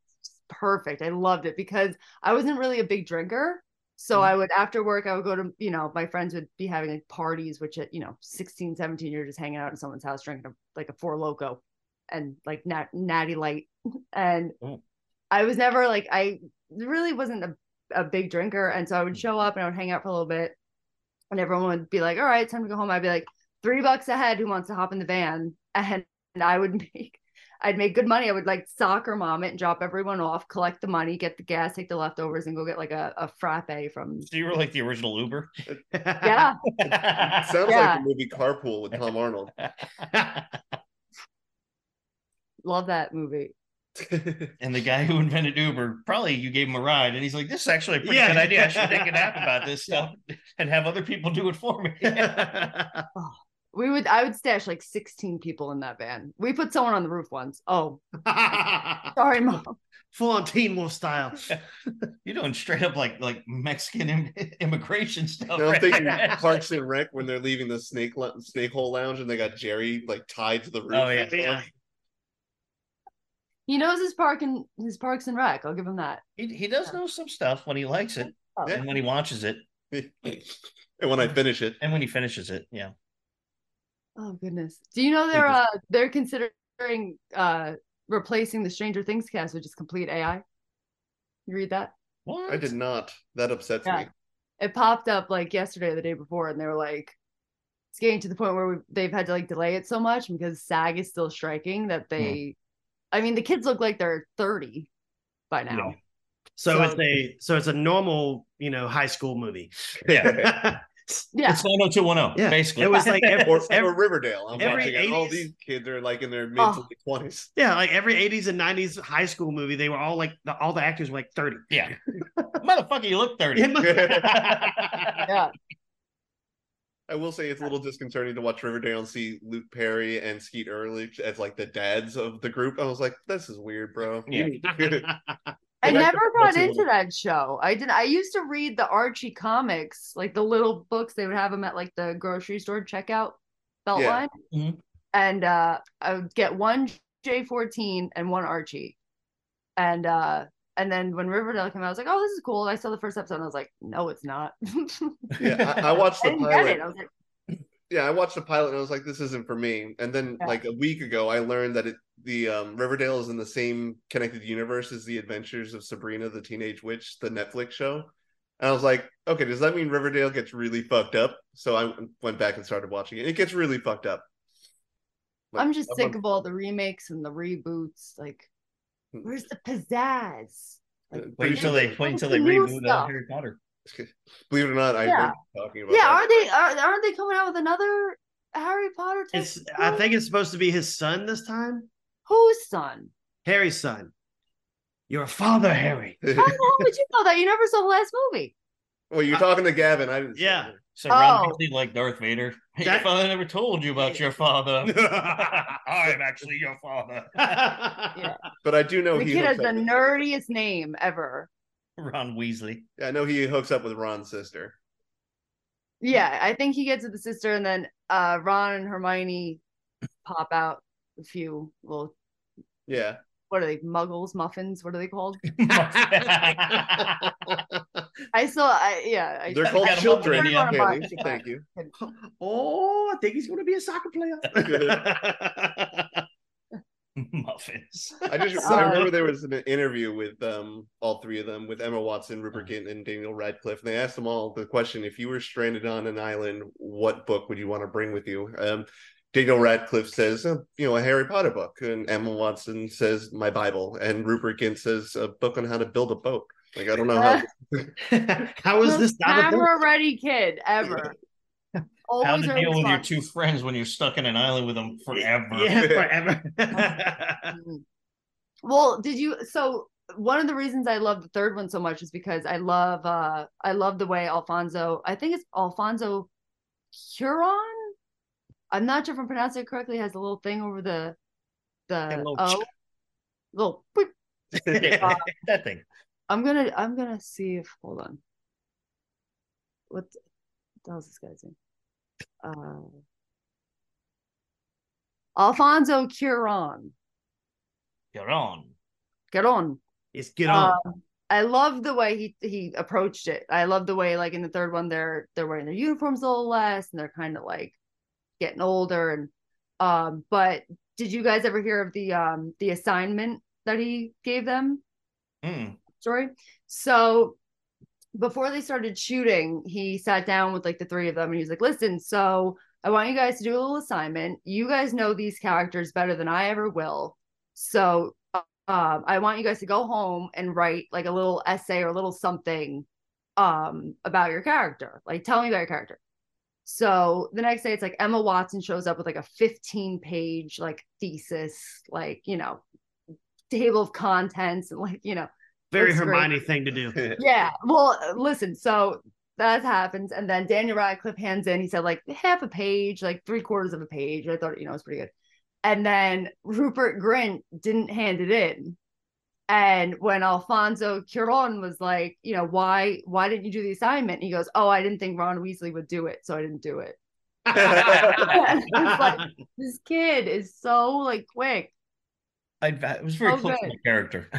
[SPEAKER 4] perfect. I loved it because I wasn't really a big drinker. So I would after work, I would go to, you know, my friends would be having like parties, which at, you know, 16, 17, you're just hanging out in someone's house drinking a, like a four loco and like nat- natty light. And
[SPEAKER 1] Mm.
[SPEAKER 4] I was never like, I really wasn't a, a big drinker. And so I would show up and I would hang out for a little bit. And everyone would be like, all right, time to go home. I'd be like, three bucks a head who wants to hop in the van and, and i would make i'd make good money i would like soccer mom it and drop everyone off collect the money get the gas take the leftovers and go get like a, a frappe from
[SPEAKER 1] So you were like the original Uber.
[SPEAKER 4] yeah
[SPEAKER 3] It sounds
[SPEAKER 4] Yeah.
[SPEAKER 3] like the movie Carpool with Tom Arnold.
[SPEAKER 4] love that movie
[SPEAKER 1] and the guy who invented Uber, probably you gave him a ride, and he's like, "This is actually a pretty
[SPEAKER 2] Yeah.
[SPEAKER 1] good idea. I should make an app about this stuff and have other people do it for me."
[SPEAKER 4] we would i would stash like 16 people in that van we put someone on the roof once oh sorry mom
[SPEAKER 2] Hmm. Full on Teen Wolf style.
[SPEAKER 1] You're doing straight up like like Mexican Im- immigration stuff.
[SPEAKER 3] Now I'm
[SPEAKER 1] Oh, right
[SPEAKER 3] thinking
[SPEAKER 1] there.
[SPEAKER 3] Parks and Rec when they're leaving the snake lo- snake hole lounge and they got Jerry like tied to the roof.
[SPEAKER 1] Oh, yeah.
[SPEAKER 2] Yeah.
[SPEAKER 4] he knows his park and his parks and rec i'll give him that
[SPEAKER 1] He, he does know some stuff when he likes it
[SPEAKER 4] Oh.
[SPEAKER 1] and when he watches it
[SPEAKER 3] and when I finish it,
[SPEAKER 1] and when he finishes it. Yeah.
[SPEAKER 4] oh goodness do you know they're uh they're considering uh replacing the stranger things cast with just complete ai you read that
[SPEAKER 1] What?
[SPEAKER 3] I did not. That upsets
[SPEAKER 4] Yeah.
[SPEAKER 3] me.
[SPEAKER 4] it popped up like yesterday or the day before and they were like it's getting to the point where we they've had to like delay it so much because sag is still striking that they i mean the kids look like they're 30 by now
[SPEAKER 2] So,
[SPEAKER 4] So-
[SPEAKER 2] it's a so it's a normal, you know, high school movie.
[SPEAKER 1] Yeah.
[SPEAKER 4] yeah
[SPEAKER 1] It's 90210,
[SPEAKER 2] Yeah.
[SPEAKER 1] basically.
[SPEAKER 2] It was like every,
[SPEAKER 3] Or,
[SPEAKER 2] every-
[SPEAKER 3] or Riverdale. I'm
[SPEAKER 2] every
[SPEAKER 3] watching it. All
[SPEAKER 2] 80s
[SPEAKER 3] these kids are like in their mid
[SPEAKER 4] Oh.
[SPEAKER 3] to late twenties.
[SPEAKER 2] yeah, like every 80s and 90s high school movie, they were all like the, all the actors were like 30.
[SPEAKER 1] yeah. Motherfucker, you look 30.
[SPEAKER 4] yeah
[SPEAKER 3] I will say it's a little disconcerting to watch Riverdale and see Luke Perry and Skeet Ehrlich as like the dads of the group. I was like, this is weird, bro.
[SPEAKER 1] Yeah.
[SPEAKER 4] i
[SPEAKER 3] Well,
[SPEAKER 4] never got
[SPEAKER 3] that's a
[SPEAKER 4] into that show i did i used to read the archie comics like the little books they would have them at like the grocery store checkout beltline
[SPEAKER 3] Yeah.
[SPEAKER 1] Mhm.
[SPEAKER 4] and uh i would get one j14 and one archie and uh and then when Riverdale came out, I was like, "Oh, this is cool." And I saw the first episode, and I was like, "No, it's not."
[SPEAKER 3] Yeah, I, I watched the
[SPEAKER 4] I didn't get
[SPEAKER 3] pilot.
[SPEAKER 4] it. I was like,
[SPEAKER 3] Yeah, I watched the pilot and I was like, this isn't for me. And then
[SPEAKER 4] Yeah.
[SPEAKER 3] like a week ago, I learned that it the um, Riverdale is in the same connected universe as the Adventures of Sabrina the Teenage Witch, the Netflix show. And I was like, okay, does that mean Riverdale gets really fucked up? So I went back and started watching it. It gets really fucked up.
[SPEAKER 4] "I'm just
[SPEAKER 3] I'm
[SPEAKER 4] sick
[SPEAKER 3] on-
[SPEAKER 4] of all the remakes and the reboots. Like,
[SPEAKER 3] Hmm.
[SPEAKER 4] where's the pizzazz?"
[SPEAKER 1] Wait until they wait until they
[SPEAKER 4] New
[SPEAKER 1] reboot uh,
[SPEAKER 4] stuff.
[SPEAKER 1] Harry Potter.
[SPEAKER 3] Believe it or not, I
[SPEAKER 4] Yeah.
[SPEAKER 3] know what you're talking about.
[SPEAKER 4] Yeah,
[SPEAKER 3] that.
[SPEAKER 4] aren't they are, aren't they coming out with another Harry Potter? type
[SPEAKER 2] It's I
[SPEAKER 4] movie?
[SPEAKER 2] think it's supposed to be his son this time.
[SPEAKER 4] whose son?
[SPEAKER 2] Harry's son. Your father, Harry.
[SPEAKER 4] How the hell would you know that? You never saw the last movie.
[SPEAKER 3] well,
[SPEAKER 4] Uh,
[SPEAKER 3] you're talking to Gavin. I didn't. say
[SPEAKER 2] Yeah.
[SPEAKER 3] that.
[SPEAKER 1] So Ron
[SPEAKER 4] Oh.
[SPEAKER 1] Weasley like Darth Vader.
[SPEAKER 2] That-
[SPEAKER 1] Your father never told you about your father. I'm actually your father.
[SPEAKER 3] but I do know
[SPEAKER 4] the
[SPEAKER 3] Oh, he.
[SPEAKER 4] kid
[SPEAKER 3] hooks
[SPEAKER 4] has the
[SPEAKER 3] up with-
[SPEAKER 4] nerdiest name ever.
[SPEAKER 1] Ron Weasley.
[SPEAKER 3] I know he hooks up with Ron's sister.
[SPEAKER 4] Yeah, I think he gets with the sister, and then uh, Ron and Hermione pop out a few little
[SPEAKER 3] Yeah,
[SPEAKER 4] what are they? Muggles, muffins? What are they called?
[SPEAKER 1] Why
[SPEAKER 4] I saw. I yeah. I,
[SPEAKER 3] they're
[SPEAKER 1] I
[SPEAKER 3] called
[SPEAKER 1] got him
[SPEAKER 3] children.
[SPEAKER 1] already,
[SPEAKER 3] Yeah,
[SPEAKER 1] yeah.
[SPEAKER 3] Haley, so thank you.
[SPEAKER 2] oh, I think he's going to be a soccer player.
[SPEAKER 1] Muffins.
[SPEAKER 3] I just I
[SPEAKER 4] Sorry.
[SPEAKER 3] remember there was an interview with um all three of them with Emma Watson, Rupert Gint, and Daniel Radcliffe, and they asked them all the question: If you were stranded on an island, what book would you want to bring with you? Um, Daniel Radcliffe says, uh, you know, a Harry Potter book, and Emma Watson says, my Bible, and Rupert Gint says, a book on how to build a boat. Like I don't know how.
[SPEAKER 2] How is
[SPEAKER 4] the
[SPEAKER 2] this not a book?
[SPEAKER 4] camera ready kid ever?
[SPEAKER 1] How
[SPEAKER 4] Always
[SPEAKER 1] to
[SPEAKER 4] ready
[SPEAKER 1] deal with your
[SPEAKER 4] talk.
[SPEAKER 1] two friends when you're stuck in an island with them forever.
[SPEAKER 2] Yeah, forever.
[SPEAKER 4] Mm. Well, did you? So one of the reasons I love the third one so much is because I love, uh I love the way Alfonso. I think it's Alfonso Cuarón. I'm not sure if I'm pronouncing it correctly. Has a little thing over the the
[SPEAKER 2] little
[SPEAKER 4] O, little. boop.
[SPEAKER 1] Yeah, that thing.
[SPEAKER 4] I'm gonna I'm gonna see if hold on. What the what the hell's this guy's name? Uh, Alfonso Cuaron.
[SPEAKER 1] You're on.
[SPEAKER 4] Cuaron.
[SPEAKER 2] It's get
[SPEAKER 4] Oh,
[SPEAKER 2] on.
[SPEAKER 4] Um, I love the way he he approached it. I love the way like in the third one they're they're wearing their uniforms a little less and they're kind of like getting older and um but did you guys ever hear of the um the assignment that he gave them?
[SPEAKER 1] Mm.
[SPEAKER 4] story. So before they started shooting, he sat down with like the three of them and he was like, listen, so I want you guys to do a little assignment. You guys know these characters better than I ever will. So uh, um, I want you guys to go home and write like a little essay or a little something um, about your character. Like, tell me about your character. So the next day, it's like Emma Watson shows up with like a 15 page like thesis, like, you know, table of contents and like, you know,
[SPEAKER 2] Very
[SPEAKER 4] it's great.
[SPEAKER 2] Hermione thing to do.
[SPEAKER 4] yeah. Well, uh, listen. So that happens, and then Daniel Radcliffe hands in. He said like half a page, like three quarters of a page. I thought you know it's pretty good. And then Rupert Grint didn't hand it in. And when Alfonso Cuarón was like, you know, why why didn't you do the assignment? he goes, oh, I didn't think Ron Weasley would do it, so I didn't do it. It's like- This kid is so like quick.
[SPEAKER 1] I, I was very
[SPEAKER 4] Oh,
[SPEAKER 1] close to
[SPEAKER 4] good.
[SPEAKER 1] my character.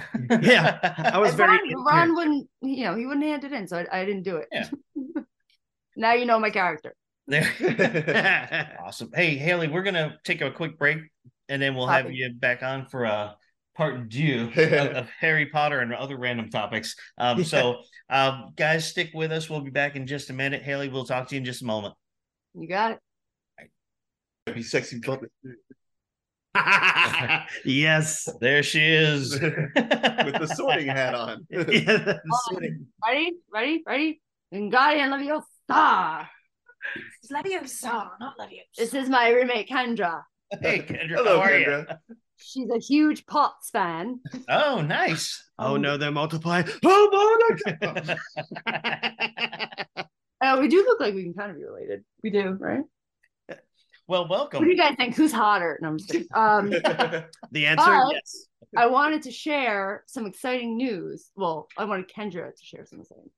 [SPEAKER 2] Yeah, I was
[SPEAKER 4] And
[SPEAKER 2] very.
[SPEAKER 4] Ron, Ron wouldn't, you know, he wouldn't hand it in, so I, I didn't do it.
[SPEAKER 1] Yeah.
[SPEAKER 4] now you know my character.
[SPEAKER 1] There. awesome. Hey, Haley, we're gonna take a quick break, and then we'll have
[SPEAKER 4] Copy.
[SPEAKER 1] you back on for uh, part two of, of Harry Potter and other random topics. Um, So, um, guys, stick with us. We'll be back in just a minute. Haley, we'll talk to you in just a moment.
[SPEAKER 4] You got it.
[SPEAKER 3] Be sexy butt.
[SPEAKER 2] yes.
[SPEAKER 1] There she is
[SPEAKER 3] with the sorting hat on.
[SPEAKER 2] Yes.
[SPEAKER 4] Ready? Ready? Ready? Wingardium Leviosa.
[SPEAKER 5] It's Leviosa, not Leviosa.
[SPEAKER 4] This is my roommate Kendra.
[SPEAKER 1] hey, Kendra,
[SPEAKER 3] Hello,
[SPEAKER 1] how are you?
[SPEAKER 3] Kendra.
[SPEAKER 4] She's a huge Potts fan.
[SPEAKER 1] Oh, nice.
[SPEAKER 2] Oh no, they're multiplying. Oh no, no, no.
[SPEAKER 4] Uh, we do look like we can kind of be related. We do, right?
[SPEAKER 1] well,
[SPEAKER 4] What do
[SPEAKER 1] welcome.
[SPEAKER 4] you guys think? Who's hotter? No, I'm just kidding. Um,
[SPEAKER 2] The answer,
[SPEAKER 4] But-
[SPEAKER 2] yes.
[SPEAKER 4] I wanted to share some exciting news. Well, I wanted Kendra to share some exciting.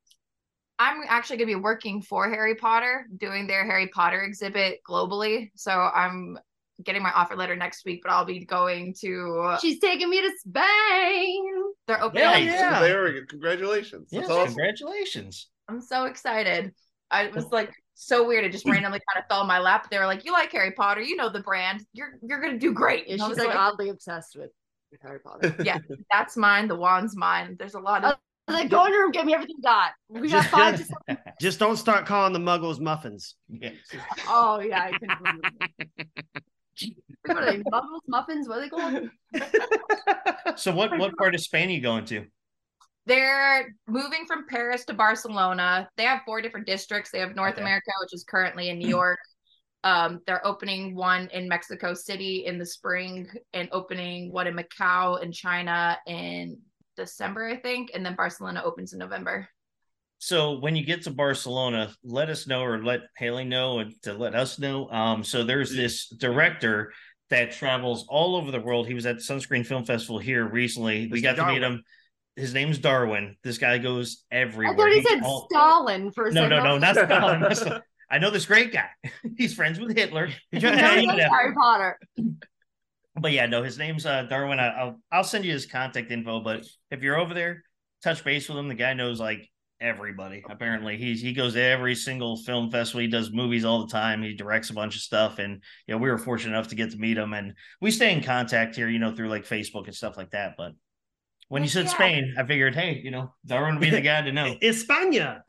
[SPEAKER 5] I'm actually going to be working for Harry Potter, doing their Harry Potter exhibit globally. So I'm getting my offer letter next week, but I'll be going to
[SPEAKER 4] She's taking me to Spain.
[SPEAKER 5] their opening.
[SPEAKER 1] Hell
[SPEAKER 3] Nice.
[SPEAKER 1] yeah.
[SPEAKER 3] There we go. Congratulations.
[SPEAKER 1] Yes,
[SPEAKER 3] That's awesome.
[SPEAKER 1] congratulations.
[SPEAKER 5] I'm so excited. I it was like so weird. It just
[SPEAKER 1] hmm.
[SPEAKER 5] randomly kind of fell in my lap. They were like, "You like Harry Potter? You know the brand. You're you're going to do great."
[SPEAKER 4] Yeah,
[SPEAKER 5] And I
[SPEAKER 4] she's
[SPEAKER 5] was
[SPEAKER 4] like oddly obsessed with, with Harry Potter.
[SPEAKER 5] "That's mine. The wand's mine." There's a lot of
[SPEAKER 4] I was like, go in your room, get me everything you got. We got five to seven.
[SPEAKER 2] Just don't start calling the muggles muffins.
[SPEAKER 1] Yeah.
[SPEAKER 4] Oh yeah, I couldn't remember. what are they? Muffins, muffins? What are they called?
[SPEAKER 1] So, what what part of Spain are you going to?
[SPEAKER 5] They're moving from Paris to Barcelona. They have four different districts. They have North
[SPEAKER 1] Okay.
[SPEAKER 5] America, which is currently in New York. Um, they're opening one in Mexico City in the spring and opening one in Macau in China in December, I think. And then Barcelona opens in November.
[SPEAKER 1] so when you get to Barcelona, let us know or let Haley know and to let us know. Um, so there's this director that travels all over the world. He was at Sunscreen Film Festival here recently. We
[SPEAKER 2] Mr.
[SPEAKER 1] got to meet
[SPEAKER 2] Darwin.
[SPEAKER 1] him. His name's Darwin. This guy goes everywhere.
[SPEAKER 4] I thought he
[SPEAKER 1] He's
[SPEAKER 4] said
[SPEAKER 1] all-
[SPEAKER 4] Stalin for a
[SPEAKER 1] No,
[SPEAKER 4] second.
[SPEAKER 1] no,
[SPEAKER 4] I
[SPEAKER 1] no,
[SPEAKER 4] was
[SPEAKER 1] not
[SPEAKER 4] like,
[SPEAKER 1] Stalin. not Stalin. I know this great guy. He's friends with Hitler.
[SPEAKER 4] "No,
[SPEAKER 1] Yeah,
[SPEAKER 4] he
[SPEAKER 1] you
[SPEAKER 4] likes
[SPEAKER 1] know.
[SPEAKER 4] Harry Potter.
[SPEAKER 1] but yeah, no, his name's uh, Darwin. I, I'll I'll send you his contact info. But if you're over there, touch base with him. The guy knows like everybody. Apparently, he's he goes to every single film festival. He does movies all the time. He directs a bunch of stuff, and you know we were fortunate enough to get to meet him, and we stay in contact here, you know, through like Facebook and stuff like that. But when you
[SPEAKER 5] Heck
[SPEAKER 1] said
[SPEAKER 5] yeah.
[SPEAKER 1] Spain, I figured, hey, you know, Darwin would be the guy to know.
[SPEAKER 2] España.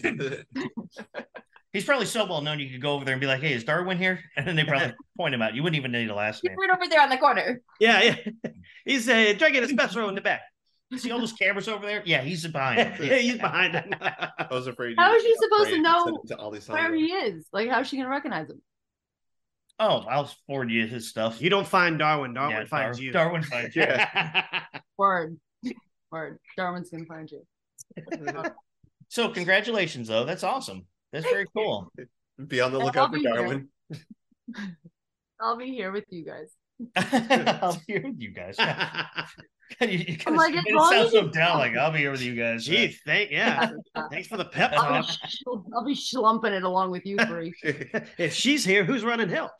[SPEAKER 1] He's probably so well known you could go over there and be like, hey, is Darwin here? And then they probably point him out. You wouldn't even need a last
[SPEAKER 5] He's
[SPEAKER 1] name.
[SPEAKER 5] right over there on the corner.
[SPEAKER 2] Yeah, yeah. He's uh, drinking espresso in the back.
[SPEAKER 1] See all those cameras over there? Yeah, he's behind. him.
[SPEAKER 2] yeah, he's behind him.
[SPEAKER 3] I was afraid.
[SPEAKER 4] How
[SPEAKER 3] you-
[SPEAKER 4] is she supposed to
[SPEAKER 3] afraid
[SPEAKER 4] know
[SPEAKER 3] send it to Alessandro.
[SPEAKER 4] Where he is. Like, how's she going to recognize him?
[SPEAKER 1] Oh, I'll forward you his stuff.
[SPEAKER 2] you don't find Darwin. Darwin
[SPEAKER 1] Yeah,
[SPEAKER 2] finds
[SPEAKER 1] Dar-
[SPEAKER 2] you.
[SPEAKER 1] Darwin finds you.
[SPEAKER 2] Yeah.
[SPEAKER 4] Word. Word. Darwin's going to find you.
[SPEAKER 1] So congratulations, though. That's awesome. That's very cool.
[SPEAKER 3] Be on the
[SPEAKER 4] I'll
[SPEAKER 3] lookout for
[SPEAKER 4] be here.
[SPEAKER 3] Darwin.
[SPEAKER 4] I'll be here with you guys.
[SPEAKER 1] I'll be here with you guys. You, you
[SPEAKER 4] I'm
[SPEAKER 1] kinda,
[SPEAKER 4] like,
[SPEAKER 1] it
[SPEAKER 4] as long
[SPEAKER 1] sounds
[SPEAKER 4] as you-
[SPEAKER 1] so down. Like I'll be here with you guys.
[SPEAKER 2] Gee, thank yeah. Thanks for the pep
[SPEAKER 4] I'll
[SPEAKER 2] talk.
[SPEAKER 4] be, I'll be schlumping it along with you three.
[SPEAKER 2] if she's here, who's running hell?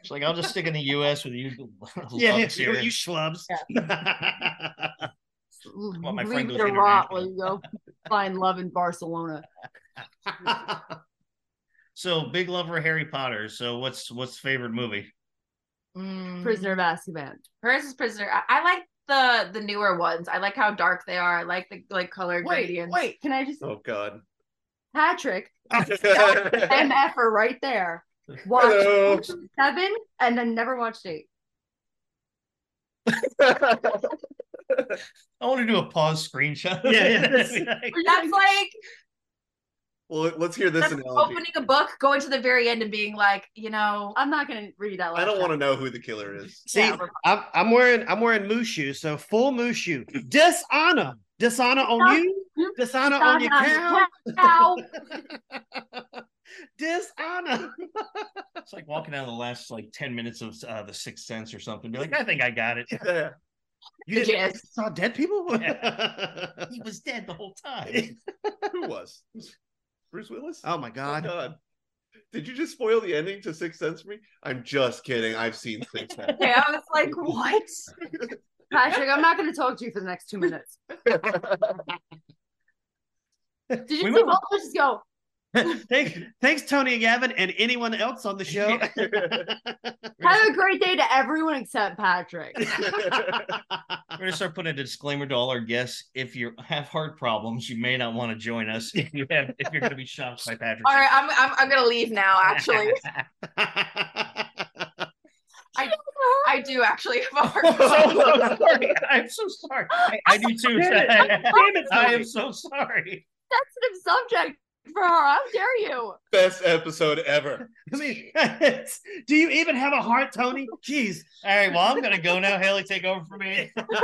[SPEAKER 1] It's like I'll just stick in the U.S. with you.
[SPEAKER 2] Yeah,
[SPEAKER 1] Love
[SPEAKER 2] you,
[SPEAKER 1] series.
[SPEAKER 2] you schlubs.
[SPEAKER 1] on, my
[SPEAKER 4] Leave
[SPEAKER 1] friend goes
[SPEAKER 4] it to rot
[SPEAKER 1] international.
[SPEAKER 4] while you go find love in Barcelona.
[SPEAKER 1] so big lover of Harry Potter. So what's what's favorite movie?
[SPEAKER 5] Mm.
[SPEAKER 4] Prisoner of Azkaban.
[SPEAKER 5] Hers is prisoner. I, I like the the newer ones. I like how dark they are. I like the like color gradients.
[SPEAKER 2] wait.
[SPEAKER 4] Can I just
[SPEAKER 3] oh God.
[SPEAKER 4] Patrick MFer right there?
[SPEAKER 3] Hello.
[SPEAKER 4] Watch seven and then never watched eight.
[SPEAKER 1] I want to do a pause screenshot.
[SPEAKER 2] Yeah,
[SPEAKER 5] That's like
[SPEAKER 3] well, let's hear this
[SPEAKER 5] that's
[SPEAKER 3] analogy.
[SPEAKER 5] opening a book, going to the very end, and being like, you know,
[SPEAKER 4] I'm not gonna read that.
[SPEAKER 3] I don't want to know who the killer is.
[SPEAKER 2] See, I'm, I'm wearing I'm wearing Mushu, so full Mushu. Dishonor, dishonor on
[SPEAKER 5] Hmm?
[SPEAKER 2] you, dishonor on your cow,
[SPEAKER 4] Cow.
[SPEAKER 2] dishonor.
[SPEAKER 1] It's like walking out of the last like ten minutes of uh, the Sixth Sense or something. Be like, I think I got it.
[SPEAKER 3] Yeah.
[SPEAKER 2] You didn't
[SPEAKER 5] Yes.
[SPEAKER 2] saw dead people.
[SPEAKER 1] He was dead the whole time.
[SPEAKER 3] Who was? Bruce Willis?
[SPEAKER 2] oh my
[SPEAKER 3] Oh,
[SPEAKER 2] god!
[SPEAKER 3] God. Did you just spoil the ending to Sixth Sense for me? I'm just kidding. I've seen Sixth Sense.
[SPEAKER 5] okay, I was like, what?
[SPEAKER 4] Patrick, I'm not gonna talk to you for the next two minutes. Did you
[SPEAKER 1] We
[SPEAKER 4] see
[SPEAKER 1] went-
[SPEAKER 4] Paul just go?
[SPEAKER 2] Thanks, thanks, Tony and Gavin, and anyone else on the show.
[SPEAKER 4] Have a great day to everyone except Patrick.
[SPEAKER 5] Oh,
[SPEAKER 1] We're gonna start putting a disclaimer to all our guests. If you have heart problems, you may not want to join us. If you have, if you're gonna be shocked by Patrick.
[SPEAKER 5] All right, I'm I'm, I'm gonna leave now. Actually, I do actually have a heart.
[SPEAKER 1] I'm so sorry. I'm so sorry. I, I do too.
[SPEAKER 2] Damn it,
[SPEAKER 1] I am
[SPEAKER 2] Tony.
[SPEAKER 1] so sorry.
[SPEAKER 4] Sensitive subject for her. How dare you?
[SPEAKER 3] Best episode ever.
[SPEAKER 2] I mean, do you even have a heart, Tony? Jeez.
[SPEAKER 1] All right. Well, I'm gonna go now. Haley, take over for me.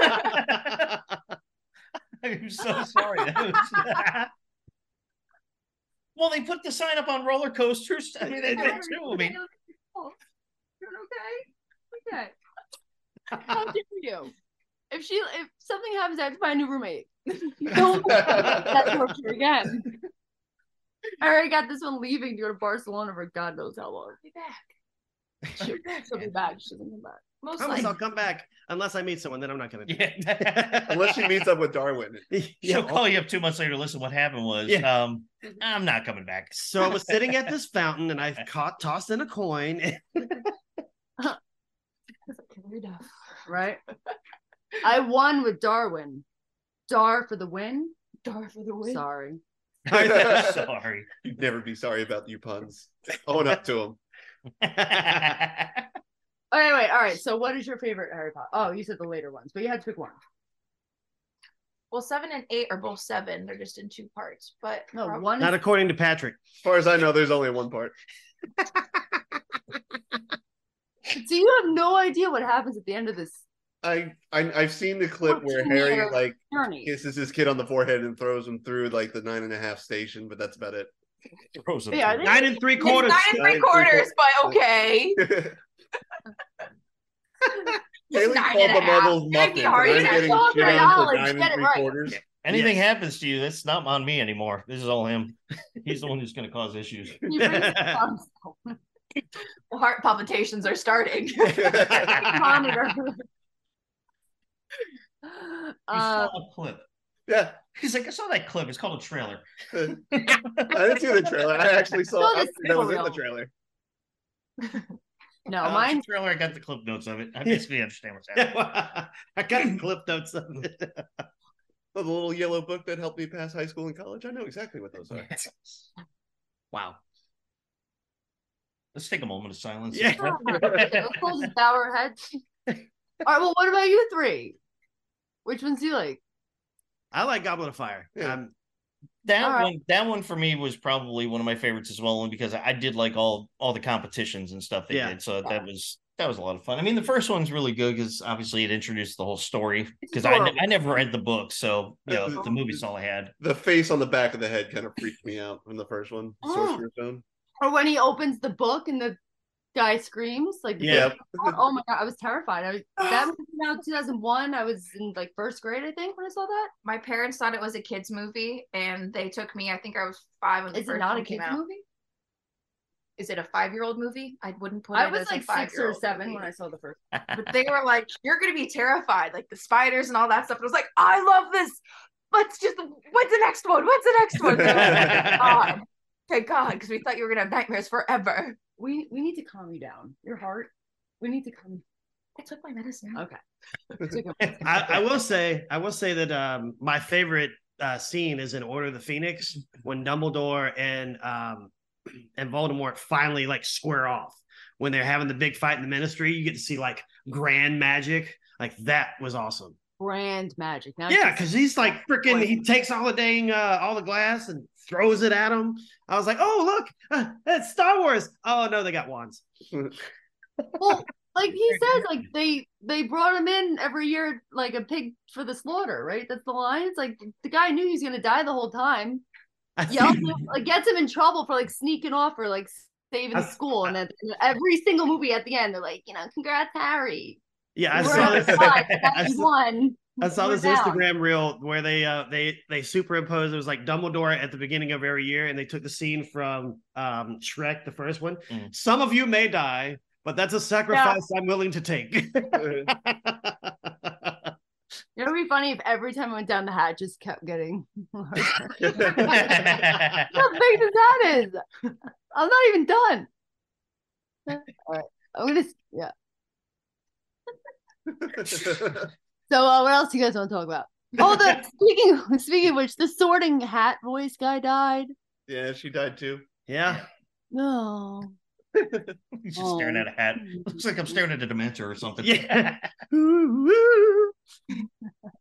[SPEAKER 1] I'm so sorry. That was- well, they put the sign up on roller coasters. I mean, they did too. I mean,
[SPEAKER 4] Okay. Okay. How dare you? If she if something happens, I have to find a new roommate. Don't that torture again. I already got this one leaving to go to Barcelona for God knows how long.
[SPEAKER 5] Be back.
[SPEAKER 4] She'll, she'll be back. She doesn't come back.
[SPEAKER 5] Most
[SPEAKER 2] Promise I'll
[SPEAKER 5] likely.
[SPEAKER 2] come back unless I meet someone. Then I'm not gonna. do
[SPEAKER 1] yeah.
[SPEAKER 3] Unless she meets up with Darwin.
[SPEAKER 2] it.
[SPEAKER 1] She'll
[SPEAKER 2] Yeah,
[SPEAKER 1] call you up two months later. Listen, what happened was,
[SPEAKER 2] Yeah.
[SPEAKER 1] um, I'm not coming back.
[SPEAKER 2] So I was sitting at this fountain and I caught tossed in a coin.
[SPEAKER 4] Right? I won with Darwin. Dar for the win.
[SPEAKER 5] Door for the win.
[SPEAKER 4] Sorry.
[SPEAKER 1] sorry.
[SPEAKER 3] You'd never be sorry about your puns. Own up to them.
[SPEAKER 4] Oh, anyway, all right. So, what is your favorite Harry Potter? Oh, you said the later ones, but you had to pick one.
[SPEAKER 5] Well, seven and eight are both seven. They're just in two parts. But
[SPEAKER 4] No,
[SPEAKER 5] prob-
[SPEAKER 4] one
[SPEAKER 2] Not
[SPEAKER 4] is
[SPEAKER 2] according to Patrick.
[SPEAKER 3] As far as I know, there's only one part.
[SPEAKER 4] So you have no idea what happens at the end of this
[SPEAKER 3] I, I I've seen the clip where
[SPEAKER 4] Fourteen
[SPEAKER 3] Harry
[SPEAKER 4] years.
[SPEAKER 3] like
[SPEAKER 4] journey.
[SPEAKER 3] kisses his kid on the forehead and throws him through like the nine and a half station, but that's about it.
[SPEAKER 1] Throws up
[SPEAKER 4] Yeah,
[SPEAKER 1] to
[SPEAKER 4] I
[SPEAKER 1] it.
[SPEAKER 2] Nine and three
[SPEAKER 5] It's
[SPEAKER 2] quarters.
[SPEAKER 5] nine and three
[SPEAKER 3] Nine and three
[SPEAKER 5] quarters, but
[SPEAKER 3] quarters.
[SPEAKER 5] okay.
[SPEAKER 3] Haley
[SPEAKER 5] Nine
[SPEAKER 3] called
[SPEAKER 5] and a
[SPEAKER 3] the
[SPEAKER 5] half.
[SPEAKER 3] Marbles
[SPEAKER 5] It'd be
[SPEAKER 3] muffins.
[SPEAKER 5] hard
[SPEAKER 3] and
[SPEAKER 5] to
[SPEAKER 3] I'm getting
[SPEAKER 4] solve
[SPEAKER 3] shit
[SPEAKER 4] your
[SPEAKER 3] on for
[SPEAKER 4] knowledge.
[SPEAKER 3] nine
[SPEAKER 4] Get
[SPEAKER 3] and
[SPEAKER 4] it
[SPEAKER 3] three
[SPEAKER 4] right.
[SPEAKER 3] quarters.
[SPEAKER 1] Anything
[SPEAKER 2] Yes.
[SPEAKER 1] happens to you, that's not on me anymore. This is all him. He's the one who's going to cause issues.
[SPEAKER 4] You bring it up.
[SPEAKER 5] Heart palpitations are starting.
[SPEAKER 4] monitor.
[SPEAKER 1] He
[SPEAKER 4] Uh,
[SPEAKER 1] saw a clip.
[SPEAKER 3] Yeah,
[SPEAKER 1] He's like, I saw that clip. It's called a trailer.
[SPEAKER 3] I didn't see the trailer. I actually saw
[SPEAKER 4] Saw the
[SPEAKER 3] I- that was in the
[SPEAKER 4] serial.
[SPEAKER 3] trailer.
[SPEAKER 4] no,
[SPEAKER 1] Uh, it's a
[SPEAKER 4] Oh, mine.
[SPEAKER 1] trailer. I got the clip notes of it. I basically understand what's happening.
[SPEAKER 2] I got the clip notes of it.
[SPEAKER 3] The little yellow book that helped me pass high school and college. I know exactly what those are.
[SPEAKER 1] wow. Let's take a moment of silence.
[SPEAKER 2] Yeah.
[SPEAKER 4] Let's hold his bow our head. All right. Well, what about you three? Which ones do you like?
[SPEAKER 2] I like Goblet of Fire.
[SPEAKER 3] Yeah.
[SPEAKER 2] Um,
[SPEAKER 1] That
[SPEAKER 4] All right.
[SPEAKER 1] one, that one for me was probably one of my favorites as well, only because I did like all all the competitions and stuff they
[SPEAKER 2] Yeah.
[SPEAKER 1] did. So that was that was a lot of fun. I mean, the first one's really good because obviously it introduced the whole story. Because I,
[SPEAKER 4] adorable.
[SPEAKER 1] I never read the book, so you know the movie's all I had.
[SPEAKER 3] The face on the back of the head kind of freaked me out from the first one.
[SPEAKER 4] Oh.
[SPEAKER 3] Sorcerer's Stone.
[SPEAKER 4] Or when he opens the book and the guy screams like the
[SPEAKER 2] Yeah.
[SPEAKER 4] book- Oh my god, I was terrified. I was that was out 2001. I was in like first grade, I think, when I saw that.
[SPEAKER 5] My parents thought it was a kids movie, and they took me. I think I was five when the
[SPEAKER 4] Is
[SPEAKER 5] first
[SPEAKER 4] it not
[SPEAKER 5] one
[SPEAKER 4] a
[SPEAKER 5] came
[SPEAKER 4] kids
[SPEAKER 5] out.
[SPEAKER 4] movie?
[SPEAKER 5] Is it a five-year-old movie? I wouldn't put.
[SPEAKER 4] I
[SPEAKER 5] it
[SPEAKER 4] was
[SPEAKER 5] as
[SPEAKER 4] like
[SPEAKER 5] a
[SPEAKER 4] six or
[SPEAKER 5] five-year-old
[SPEAKER 4] seven
[SPEAKER 5] movie.
[SPEAKER 4] when I saw the first.
[SPEAKER 5] But they were like, "You're gonna be terrified, like the spiders and all that stuff." And I was like, "I love this. Let's just. What's the next one? What's the next one?" Thank God, thank God, because we thought you were gonna have nightmares forever.
[SPEAKER 4] We we need to calm you down. Your heart. We need to calm.
[SPEAKER 5] I took my medicine.
[SPEAKER 4] Okay.
[SPEAKER 2] I, I will say, I will say that um, my favorite uh, scene is in Order of the Phoenix when Dumbledore and um, and Voldemort finally like square off when they're having the big fight in the Ministry. You get to see like grand magic. Like that was awesome.
[SPEAKER 4] Brand magic. Now
[SPEAKER 2] Yeah, because he's like freaking. He takes all the dang uh, all the glass and throws it at him. I was like, oh look, uh, it's Star Wars. Oh no, they got wands.
[SPEAKER 4] well, like he says, like they they brought him in every year like a pig for the slaughter, right? That's the line. It's like the guy knew he was gonna die the whole time.
[SPEAKER 2] I
[SPEAKER 4] Yells
[SPEAKER 2] think-
[SPEAKER 4] him- like gets him in trouble for like sneaking off or like saving
[SPEAKER 2] I-
[SPEAKER 4] school, and at every single movie at the end, they're like, you know, congrats, Harry.
[SPEAKER 2] yeah, I
[SPEAKER 4] We're
[SPEAKER 2] saw
[SPEAKER 4] on
[SPEAKER 2] this.
[SPEAKER 4] the side,
[SPEAKER 2] I
[SPEAKER 4] That
[SPEAKER 2] saw-
[SPEAKER 4] one.
[SPEAKER 2] I saw
[SPEAKER 4] We're
[SPEAKER 2] this
[SPEAKER 4] down.
[SPEAKER 2] Instagram reel where they uh they they superimposed it was like Dumbledore at the beginning of every year and they took the scene from um Shrek the first one.
[SPEAKER 1] Mm.
[SPEAKER 2] Some of you may die, but that's a sacrifice I'm willing to take.
[SPEAKER 4] It would be funny if every time I went down the hat, just kept getting. larger. How big does that is? I'm not even done. All right, I'm gonna yeah. So uh, what else do you guys want to talk about? Oh, the speaking speaking of which, the Sorting Hat voice guy died.
[SPEAKER 3] yeah, she died too.
[SPEAKER 2] yeah.
[SPEAKER 4] No.
[SPEAKER 1] He's just
[SPEAKER 4] Oh.
[SPEAKER 1] staring at a hat. Looks like I'm staring at a dementor or something.
[SPEAKER 2] Yeah. Ooh, ooh.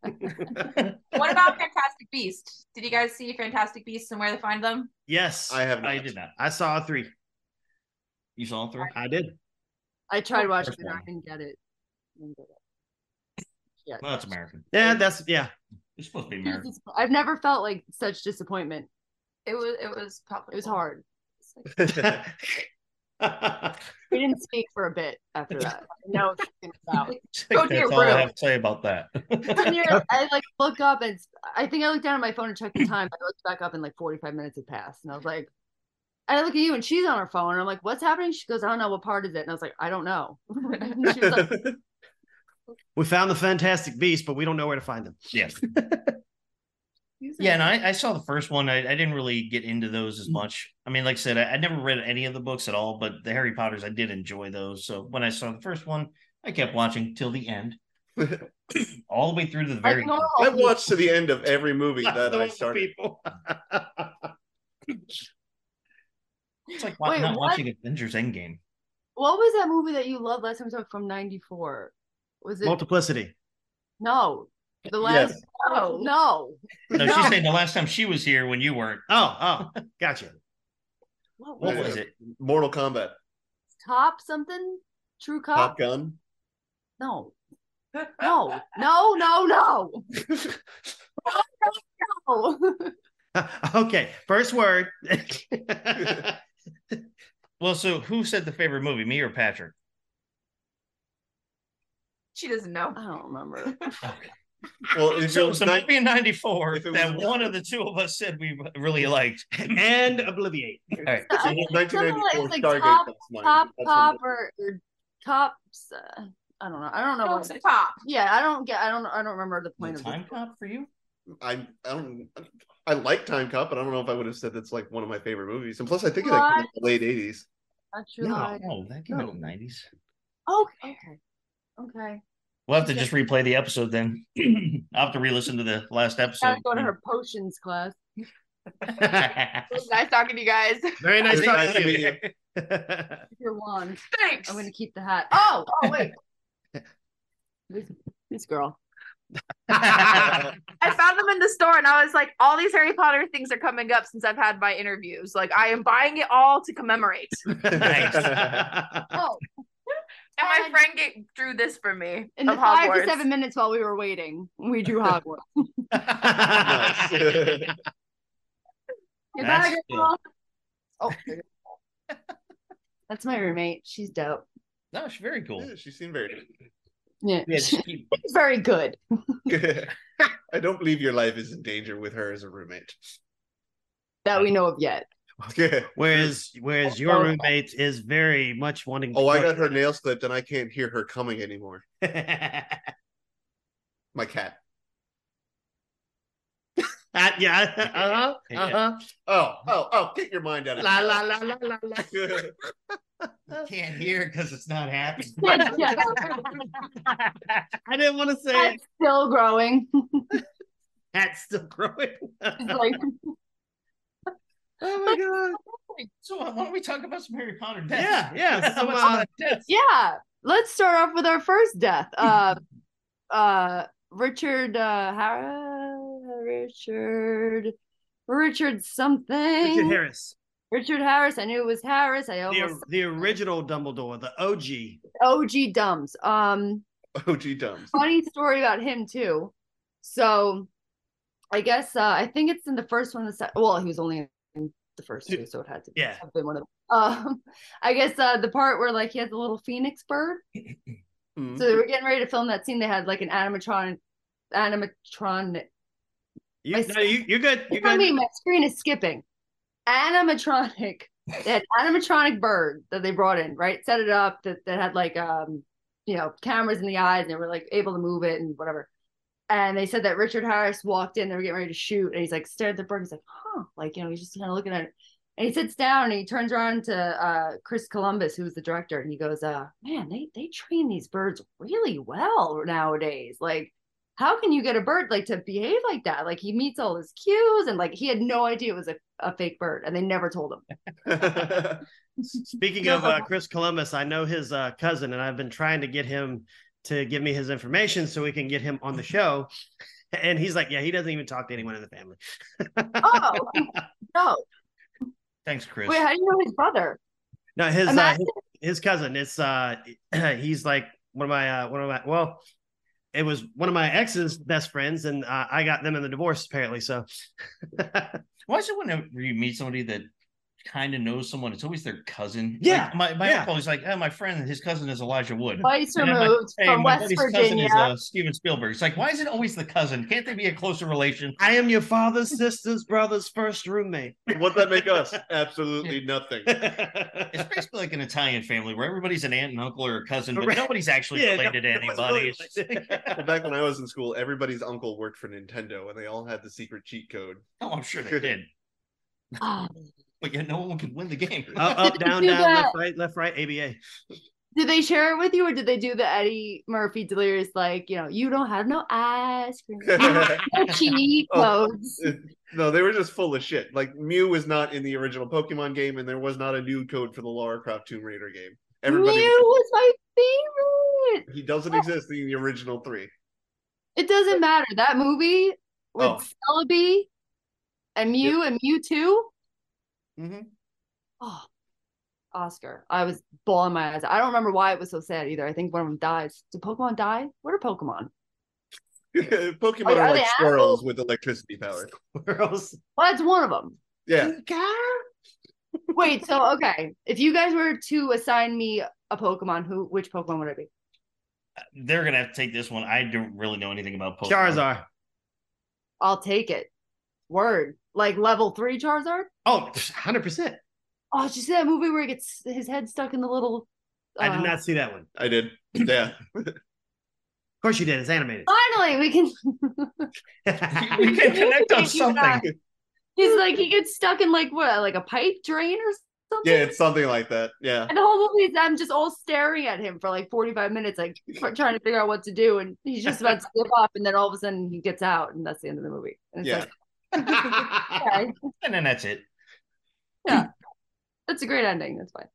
[SPEAKER 5] What about Fantastic Beast? Did you guys see Fantastic Beasts and Where to Find Them?
[SPEAKER 2] Yes.
[SPEAKER 3] I
[SPEAKER 2] I,
[SPEAKER 3] have
[SPEAKER 1] I
[SPEAKER 3] not.
[SPEAKER 1] did not.
[SPEAKER 2] saw three.
[SPEAKER 1] You saw three.
[SPEAKER 2] I did.
[SPEAKER 4] I tried watching
[SPEAKER 1] First
[SPEAKER 4] it. I
[SPEAKER 1] one.
[SPEAKER 4] didn't get it. Didn't get it. Yeah.
[SPEAKER 1] Well, that's American.
[SPEAKER 2] Yeah, that's yeah.
[SPEAKER 1] It's supposed to be
[SPEAKER 4] It was
[SPEAKER 1] American.
[SPEAKER 4] dis- I've never felt like such disappointment.
[SPEAKER 5] It was. It was public.
[SPEAKER 4] It was hard. We didn't speak for a bit after that. No, it's been about.
[SPEAKER 5] Go to
[SPEAKER 1] that's
[SPEAKER 5] your
[SPEAKER 1] all I
[SPEAKER 5] room.
[SPEAKER 1] have to say about that.
[SPEAKER 4] And you're- I like look up and it's- I think I looked down at my phone and checked the time. I looked back up and like 45 minutes had passed. And I was like, and I look at you and she's on her phone. And I'm like, what's happening? She goes, I don't know. What part is it? And I was like, I don't know. And she was like,
[SPEAKER 2] we found the fantastic beast, but we don't know where to find them.
[SPEAKER 1] yes. Yeah, and I, I saw the first one. I, I didn't really get into those as much. I mean, like I said, I, I never read any of the books at all, but the Harry Potters, I did enjoy those. So when I saw the first one, I kept watching till the end, all the way through to the very
[SPEAKER 4] like
[SPEAKER 1] end.
[SPEAKER 4] normal.
[SPEAKER 3] I watched to the end of every movie that I
[SPEAKER 2] Those
[SPEAKER 3] started.
[SPEAKER 2] people.
[SPEAKER 1] It's like wa-
[SPEAKER 4] Wait,
[SPEAKER 1] not
[SPEAKER 4] what?
[SPEAKER 1] watching Avengers Endgame.
[SPEAKER 4] What was that movie that you loved last time we talked from '94? Was it
[SPEAKER 2] Multiplicity.
[SPEAKER 4] no? The
[SPEAKER 3] Yes.
[SPEAKER 4] last
[SPEAKER 5] No.
[SPEAKER 4] No.
[SPEAKER 1] No, she's saying the last time she was here when you weren't.
[SPEAKER 2] Oh, oh, gotcha.
[SPEAKER 4] What was
[SPEAKER 1] What
[SPEAKER 4] it?
[SPEAKER 1] was it?
[SPEAKER 3] Mortal Kombat,
[SPEAKER 4] Top something? True cop?
[SPEAKER 3] Top Gun.
[SPEAKER 4] No. No. No, no, no. no, no, no.
[SPEAKER 2] okay, first word.
[SPEAKER 1] Well, so who said the favorite movie, me or Patrick?
[SPEAKER 5] She doesn't know.
[SPEAKER 4] I don't remember.
[SPEAKER 3] Well, if it
[SPEAKER 1] So,
[SPEAKER 3] was
[SPEAKER 1] so
[SPEAKER 3] nine-
[SPEAKER 1] maybe in '94
[SPEAKER 3] if it was
[SPEAKER 1] that
[SPEAKER 3] nine-
[SPEAKER 1] one of the two of us said we really liked.
[SPEAKER 2] and obliviate.
[SPEAKER 1] All right.
[SPEAKER 3] if it was 1994
[SPEAKER 4] It's like
[SPEAKER 3] Stargate.
[SPEAKER 4] top-
[SPEAKER 3] that's mine.
[SPEAKER 4] Top
[SPEAKER 3] That's
[SPEAKER 4] cop
[SPEAKER 3] one.
[SPEAKER 4] or, or cops. Uh, I don't know. I don't know.
[SPEAKER 5] No,
[SPEAKER 4] What,
[SPEAKER 5] it's a top.
[SPEAKER 4] yeah, I don't get. I don't. I don't remember the point
[SPEAKER 1] The
[SPEAKER 4] of
[SPEAKER 1] time cop for you?
[SPEAKER 3] I, I don't. I like Time Cop, but I don't know if I would have said that's like one of my favorite movies. And plus, I think it like, came out in the late '80s.
[SPEAKER 4] this.
[SPEAKER 1] No, no, Oh, that came out in the '90s.
[SPEAKER 4] Okay. Okay. Okay.
[SPEAKER 1] We'll have to just replay the episode then. I'll have to re-listen to the last episode.
[SPEAKER 4] Gotta go to her potions class.
[SPEAKER 1] Thank
[SPEAKER 4] Nice talking to you guys.
[SPEAKER 2] Very nice
[SPEAKER 3] Very
[SPEAKER 2] talking
[SPEAKER 3] nice
[SPEAKER 2] to
[SPEAKER 3] to meet
[SPEAKER 2] you.
[SPEAKER 4] Your wand.
[SPEAKER 5] Thanks.
[SPEAKER 4] I'm gonna keep the hat. Oh. Oh wait. this, this girl.
[SPEAKER 5] I found them in the store and I was like, all these Harry Potter things are coming up since I've had my interviews. Like, I am buying it all to commemorate.
[SPEAKER 2] nice.
[SPEAKER 4] Oh,
[SPEAKER 5] And my
[SPEAKER 4] And-
[SPEAKER 5] friend get, drew this for me
[SPEAKER 4] in the
[SPEAKER 5] of
[SPEAKER 4] five
[SPEAKER 5] Hogwarts.
[SPEAKER 4] to seven minutes while we were waiting, we drew Hogwarts.
[SPEAKER 3] Nice.
[SPEAKER 4] Goodbye,
[SPEAKER 1] That's
[SPEAKER 4] girl. Oh, there you go. that's my roommate. She's dope.
[SPEAKER 1] that was very cool.
[SPEAKER 3] Yeah, she seemed very.
[SPEAKER 4] Yeah,
[SPEAKER 1] Yeah,
[SPEAKER 4] she's
[SPEAKER 1] just keep-
[SPEAKER 4] very good.
[SPEAKER 3] I don't believe your life is in danger with her as a roommate.
[SPEAKER 4] That we know of yet.
[SPEAKER 2] Whereas, whereas your roommate is very much wanting.
[SPEAKER 3] oh, I got her nails clipped, and I can't hear her coming anymore.
[SPEAKER 2] I
[SPEAKER 3] My cat.
[SPEAKER 2] got. yeah. Uh huh. Uh huh.
[SPEAKER 3] Oh, oh, oh! Get your mind out of
[SPEAKER 2] La la la la la la.
[SPEAKER 3] it.
[SPEAKER 1] You can't hear because it's not happening.
[SPEAKER 4] Yeah,
[SPEAKER 2] I didn't want to say it.
[SPEAKER 4] that's still growing.
[SPEAKER 2] That's still growing.
[SPEAKER 4] It's like,
[SPEAKER 2] oh my god.
[SPEAKER 1] So uh, why don't we talk about some Harry Potter deaths?
[SPEAKER 2] Yeah, yeah. Some,
[SPEAKER 1] What's
[SPEAKER 2] uh,
[SPEAKER 1] that death?
[SPEAKER 4] yeah. Let's start off with our first death. Uh, uh, Richard. Uh, Har- Richard. Richard something.
[SPEAKER 2] Richard Harris,
[SPEAKER 4] Richard Harris. I knew it was Harris. I
[SPEAKER 2] the,
[SPEAKER 4] almost
[SPEAKER 2] the original Dumbledore, the OG.
[SPEAKER 4] OG Dumbs. Um.
[SPEAKER 3] OG Dumbs.
[SPEAKER 4] funny story about him too. So, I guess uh, I think it's in the first one. The se- well, he was only in the first two, so it had to be-
[SPEAKER 2] Yeah.
[SPEAKER 4] have been one of. Them. Um, I guess uh, the part where like he has the little phoenix bird.
[SPEAKER 3] Hmm.
[SPEAKER 4] So they were getting ready to film that scene. They had like an animatronic, animatronic.
[SPEAKER 2] You,
[SPEAKER 4] I
[SPEAKER 2] no, you, you're good. You're
[SPEAKER 4] I
[SPEAKER 2] good.
[SPEAKER 4] mean, my screen is skipping. Animatronic. They had animatronic bird that they brought in, right? Set it up that, that had like um, you know, cameras in the eyes and they were like able to move it and whatever. And they said that Richard Harris walked in, they were getting ready to shoot, and he's like stared at the bird, he's like, huh, like you know, he's just kind of looking at it. And he sits down and he turns around to uh Chris Columbus, who was the director, and he goes, uh, man, they they train these birds really well nowadays. Like how can you get a bird like to behave like that? Like he meets all his cues and like he had no idea it was a, a fake bird and they never told him.
[SPEAKER 2] Speaking of uh, Chris Columbus, I know his uh, cousin, and I've been trying to get him to give me his information so we can get him on the show. And he's like, "Yeah, he doesn't even talk to anyone in the family."
[SPEAKER 4] Oh no.
[SPEAKER 1] Thanks, Chris.
[SPEAKER 4] Wait, how do you know his brother?
[SPEAKER 2] No, his uh,
[SPEAKER 4] Imagine-
[SPEAKER 2] his cousin. It's uh, he's like one of my uh, one of my well, it was one of my ex's best friends, and uh, I got them in the divorce apparently. So,
[SPEAKER 1] Why is it whenever you meet somebody that kind of knows someone, it's always their cousin?
[SPEAKER 2] Yeah,
[SPEAKER 1] Like, my my
[SPEAKER 2] yeah.
[SPEAKER 1] uncle's like, oh, my friend, his cousin is Elijah Wood.
[SPEAKER 4] Twice
[SPEAKER 1] And I'm like,
[SPEAKER 4] removed
[SPEAKER 1] Hey,
[SPEAKER 4] from
[SPEAKER 1] my
[SPEAKER 4] West
[SPEAKER 1] buddy's cousin
[SPEAKER 4] Virginia.
[SPEAKER 1] is uh, Steven Spielberg. It's like, why is it always the cousin? Can't they be a closer relation?
[SPEAKER 2] I am your father's sister's brother's first roommate.
[SPEAKER 3] What'd that make us? Absolutely nothing.
[SPEAKER 1] It's basically like an Italian family where everybody's an aunt and uncle or a cousin, but
[SPEAKER 2] Correct.
[SPEAKER 1] nobody's actually
[SPEAKER 2] Yeah,
[SPEAKER 1] related to
[SPEAKER 2] no,
[SPEAKER 1] anybody. It's just-
[SPEAKER 3] Well, back when I was in school, everybody's uncle worked for Nintendo, and they all had the secret cheat code.
[SPEAKER 1] oh, I'm sure they did,
[SPEAKER 4] Ah.
[SPEAKER 1] but yet no one could win the game.
[SPEAKER 2] up, up, down,
[SPEAKER 4] Do
[SPEAKER 2] down,
[SPEAKER 4] that.
[SPEAKER 2] left, right, left, right, ABA.
[SPEAKER 4] Did they share it with you or did they do the Eddie Murphy delirious like, you know, you don't have no ice cream, no cheat
[SPEAKER 3] Oh.
[SPEAKER 4] codes.
[SPEAKER 3] no, they were just full of shit. Like Mew was not in the original Pokemon game, and there was not a new code for the Lara Croft Tomb Raider game.
[SPEAKER 4] Mew
[SPEAKER 3] Everybody,
[SPEAKER 4] was my favorite.
[SPEAKER 3] he doesn't exist in the original three.
[SPEAKER 4] It doesn't matter. That movie with
[SPEAKER 3] Oh.
[SPEAKER 4] Celebi and Mew and Mewtwo. Mm-hmm.
[SPEAKER 3] Mhm.
[SPEAKER 4] Oh, Oscar. I was bawling my eyes. out. I don't remember why it was so sad either. I think one of them dies. Did Pokemon die? What are Pokemon?
[SPEAKER 3] Pokemon
[SPEAKER 4] Like,
[SPEAKER 3] are,
[SPEAKER 4] are
[SPEAKER 3] like
[SPEAKER 4] they
[SPEAKER 3] squirrels
[SPEAKER 4] animals?
[SPEAKER 3] with electricity power.
[SPEAKER 2] Squirrels.
[SPEAKER 4] Well, that's one of them.
[SPEAKER 3] Yeah.
[SPEAKER 4] Wait, so okay. If you guys were to assign me a Pokemon, who which Pokemon would it be?
[SPEAKER 1] They're gonna have to take this one. I don't really know anything about Pokemon.
[SPEAKER 2] Charizard.
[SPEAKER 4] I'll take it. Word. Like level three Charizard?
[SPEAKER 2] Oh, 100%.
[SPEAKER 4] Oh, did you see that movie where he gets his head stuck in the little
[SPEAKER 2] I
[SPEAKER 4] uh,
[SPEAKER 2] did not see that one. Of
[SPEAKER 3] I did. Yeah.
[SPEAKER 2] course you did. It's animated.
[SPEAKER 4] Finally we can
[SPEAKER 1] We can connect on
[SPEAKER 4] Thank you, God.
[SPEAKER 1] something.
[SPEAKER 4] He's like he gets stuck in like what, like a pipe drain or something.
[SPEAKER 3] Yeah, it's something like that. Yeah.
[SPEAKER 4] And the whole movie is I'm just all staring at him for like 45 minutes, like for- trying to figure out what to do. And he's just about to give up, and then all of a sudden he gets out, and that's the end of the movie. And it's
[SPEAKER 3] Yeah.
[SPEAKER 4] like, okay,
[SPEAKER 1] And then that's it.
[SPEAKER 4] that's a great ending. That's fine.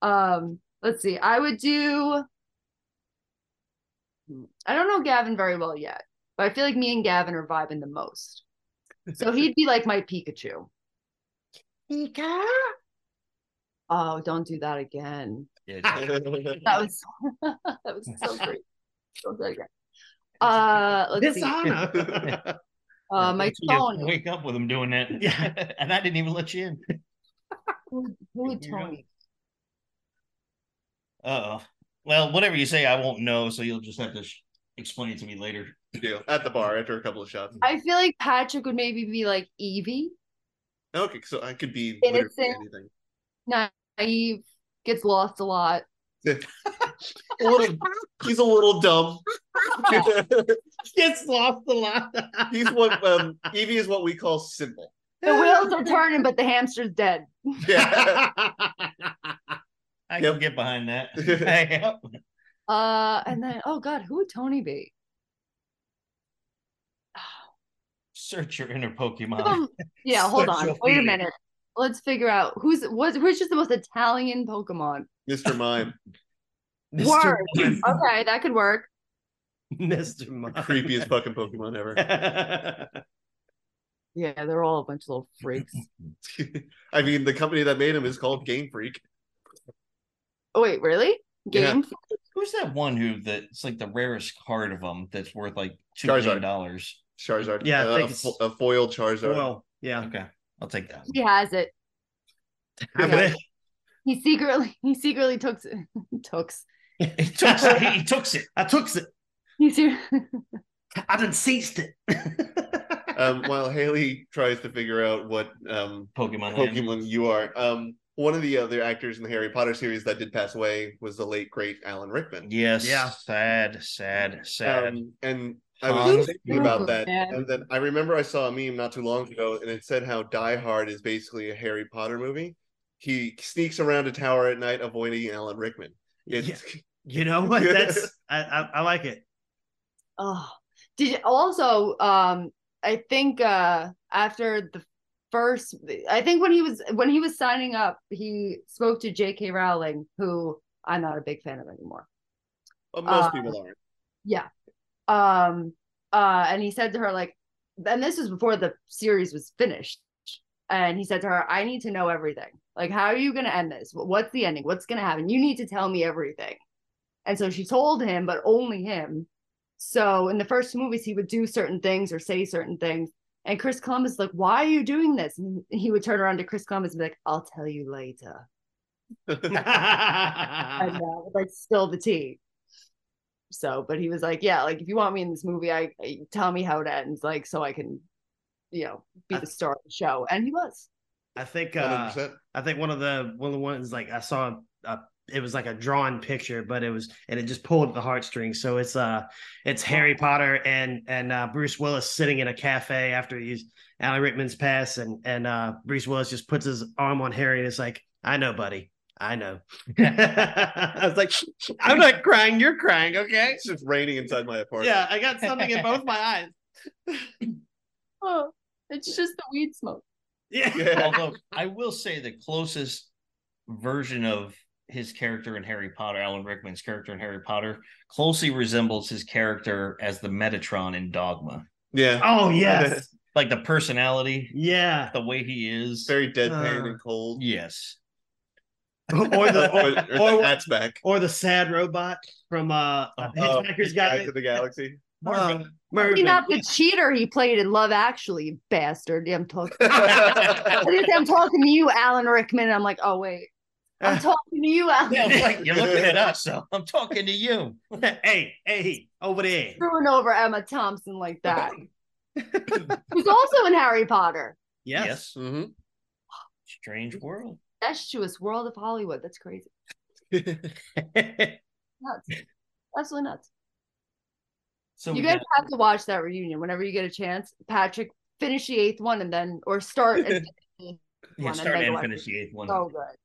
[SPEAKER 4] Um, let's see. I would do. I don't know Gavin very well yet, but I feel like me and Gavin are vibing the most. So he'd be like my Pikachu. Pika. Oh, don't do that again.
[SPEAKER 1] Yeah,
[SPEAKER 3] Uh,
[SPEAKER 4] That was that was so great. Don't do that again. Uh, let's see.
[SPEAKER 2] Dishonor.
[SPEAKER 4] Uh, my
[SPEAKER 1] You
[SPEAKER 4] Tony.
[SPEAKER 1] Wake up with him doing that.
[SPEAKER 2] Yeah.
[SPEAKER 1] and I didn't even let you in.
[SPEAKER 4] Who, who would
[SPEAKER 1] Here we go.
[SPEAKER 4] Tony?
[SPEAKER 1] Uh oh. Well, whatever you say, I won't know. So you'll just have to sh- explain it to me later.
[SPEAKER 3] You do. At the bar after a couple of shots.
[SPEAKER 4] I feel like Patrick would maybe be like Evie,
[SPEAKER 3] Okay, so I could be literally anything.
[SPEAKER 4] naive, gets lost a lot.
[SPEAKER 3] A little, he's a little dumb.
[SPEAKER 2] Gets lost a lot.
[SPEAKER 3] he's what um, Evie is what we call simple.
[SPEAKER 4] The wheels are turning, but the hamster's dead.
[SPEAKER 3] Yeah.
[SPEAKER 1] I
[SPEAKER 3] Yep.
[SPEAKER 1] can get behind that. oh, Yep.
[SPEAKER 4] Uh, and then oh god, who would Tony be?
[SPEAKER 1] Search your inner Pokemon.
[SPEAKER 4] Um, yeah, hold
[SPEAKER 1] Such
[SPEAKER 4] on.
[SPEAKER 1] a
[SPEAKER 4] Wait a
[SPEAKER 1] weird-
[SPEAKER 4] minute. Let's figure out who's what's who's just the most Italian Pokemon.
[SPEAKER 3] Mr. Mime,
[SPEAKER 4] Word.
[SPEAKER 2] Mime.
[SPEAKER 4] Okay, that could work.
[SPEAKER 2] Mr. Mime.
[SPEAKER 3] creepiest fucking Pokemon ever.
[SPEAKER 4] Yeah, they're all a bunch of little freaks.
[SPEAKER 3] I mean, the company that made him is called Game Freak.
[SPEAKER 4] oh wait, really?
[SPEAKER 3] Yeah.
[SPEAKER 4] Game?
[SPEAKER 1] Who's that one who that's like the rarest card of them that's worth like two
[SPEAKER 3] Charizard.
[SPEAKER 1] million dollars?
[SPEAKER 3] Charizard.
[SPEAKER 2] Yeah, I
[SPEAKER 3] uh,
[SPEAKER 2] think
[SPEAKER 3] a,
[SPEAKER 2] it's-
[SPEAKER 3] fo- a foiled Charizard.
[SPEAKER 2] well, yeah.
[SPEAKER 1] Okay, I'll take that.
[SPEAKER 4] He has it.
[SPEAKER 2] I wish.
[SPEAKER 4] He secretly he secretly took took
[SPEAKER 1] He took it. He took it.
[SPEAKER 2] I took it.
[SPEAKER 4] he ser-
[SPEAKER 2] I done seized it.
[SPEAKER 3] um, while Haley tries to figure out what um,
[SPEAKER 1] Pokemon. Land.
[SPEAKER 3] Pokemon you are, um, one of the other actors in the Harry Potter series that did pass away was the late great Alan Rickman.
[SPEAKER 1] Yes.
[SPEAKER 2] Yeah.
[SPEAKER 1] Sad. Sad. Sad.
[SPEAKER 3] Um, and I was
[SPEAKER 1] Hans
[SPEAKER 3] thinking about
[SPEAKER 4] Gruber,
[SPEAKER 3] that,
[SPEAKER 4] man.
[SPEAKER 3] and then I remember I saw a meme not too long ago, and it said how Die Hard is basically a Harry Potter movie. He sneaks around a tower at night, avoiding Alan Rickman. It's
[SPEAKER 2] You know what? That's I, I, I like it.
[SPEAKER 4] Oh, did you also? Um, I think uh, after the first, I think when he was when he was signing up, he spoke to J.K. Rowling, who I'm not a big fan of anymore.
[SPEAKER 3] but most
[SPEAKER 4] Uh,
[SPEAKER 3] people aren't.
[SPEAKER 4] Um, uh, and he said to her like, and this was before the series was finished. And he said to her, "I need to know everything. Like, how are you going to end this? What's the ending? What's going to happen? You need to tell me everything." And so she told him, but only him. So in the first movies, he would do certain things or say certain things. And Chris Columbus, like, why are you doing this? And he would turn around to Chris Columbus and be like, I'll tell you later.
[SPEAKER 1] Uh-huh.
[SPEAKER 4] And uh, would, like spill the tea. So, but he was like, yeah, like if you want me in this movie, I, I- tell me how it ends, like so I can, you know, be the star of the show. And he was.
[SPEAKER 2] I think uh,
[SPEAKER 3] 100%.
[SPEAKER 2] I think one of the one of the ones like I saw uh it was like a drawn picture, but it was and it just pulled the heartstrings. So it's uh it's Harry Potter and and uh, Bruce Willis sitting in a cafe after he's Alan Rickman's pass and and uh, Bruce Willis just puts his arm on Harry and it's like I know, buddy, I know. I was like, I'm not crying, you're crying, okay?
[SPEAKER 3] It's just raining inside my apartment.
[SPEAKER 2] Yeah, I got something in both my eyes.
[SPEAKER 4] Oh, it's just the weed smoke.
[SPEAKER 2] Yeah.
[SPEAKER 3] Yeah.
[SPEAKER 1] Although I will say the closest version of his character in Harry Potter, Alan Rickman's character in Harry Potter, closely resembles his character as the Metatron in Dogma.
[SPEAKER 3] Yeah.
[SPEAKER 2] Oh yes,
[SPEAKER 1] Like the personality,
[SPEAKER 2] yeah.
[SPEAKER 1] the way he is.
[SPEAKER 3] Very deadpan
[SPEAKER 2] Uh,
[SPEAKER 3] and cold.
[SPEAKER 1] yes.
[SPEAKER 2] or the or,
[SPEAKER 3] But-
[SPEAKER 2] or-
[SPEAKER 3] or that's back.
[SPEAKER 2] or the sad robot from uh,
[SPEAKER 3] Oh,
[SPEAKER 2] Hitchhiker's
[SPEAKER 3] Guide
[SPEAKER 2] Guide.
[SPEAKER 3] to the Galaxy. Um,
[SPEAKER 2] Uh,
[SPEAKER 4] Maybe
[SPEAKER 2] Mervin.
[SPEAKER 4] not the cheater he played in Love Actually, you bastard. Yeah, I'm talking. I
[SPEAKER 3] I
[SPEAKER 4] think I'm talking to you, Alan Rickman. and I'm like, oh wait, I'm talking to you, Alan.
[SPEAKER 1] Yeah, I'm like, you're looking at us, so I'm talking to you.
[SPEAKER 2] hey, hey, over there.
[SPEAKER 4] Screwing over Emma Thompson like that. Who's also in Harry Potter.
[SPEAKER 2] Yes.
[SPEAKER 3] Mhm.
[SPEAKER 1] Strange world.
[SPEAKER 4] Incestuous world of Hollywood. That's crazy. Nuts. Absolutely nuts.
[SPEAKER 1] So we
[SPEAKER 4] You guys
[SPEAKER 1] got-
[SPEAKER 4] have to watch that reunion whenever you get a chance. Patrick, finish the eighth one and then, or start and finish the eighth
[SPEAKER 1] yeah,
[SPEAKER 4] one,
[SPEAKER 1] start
[SPEAKER 4] and then
[SPEAKER 1] and
[SPEAKER 4] go
[SPEAKER 1] finish the eighth
[SPEAKER 4] on.
[SPEAKER 1] one.
[SPEAKER 4] So good.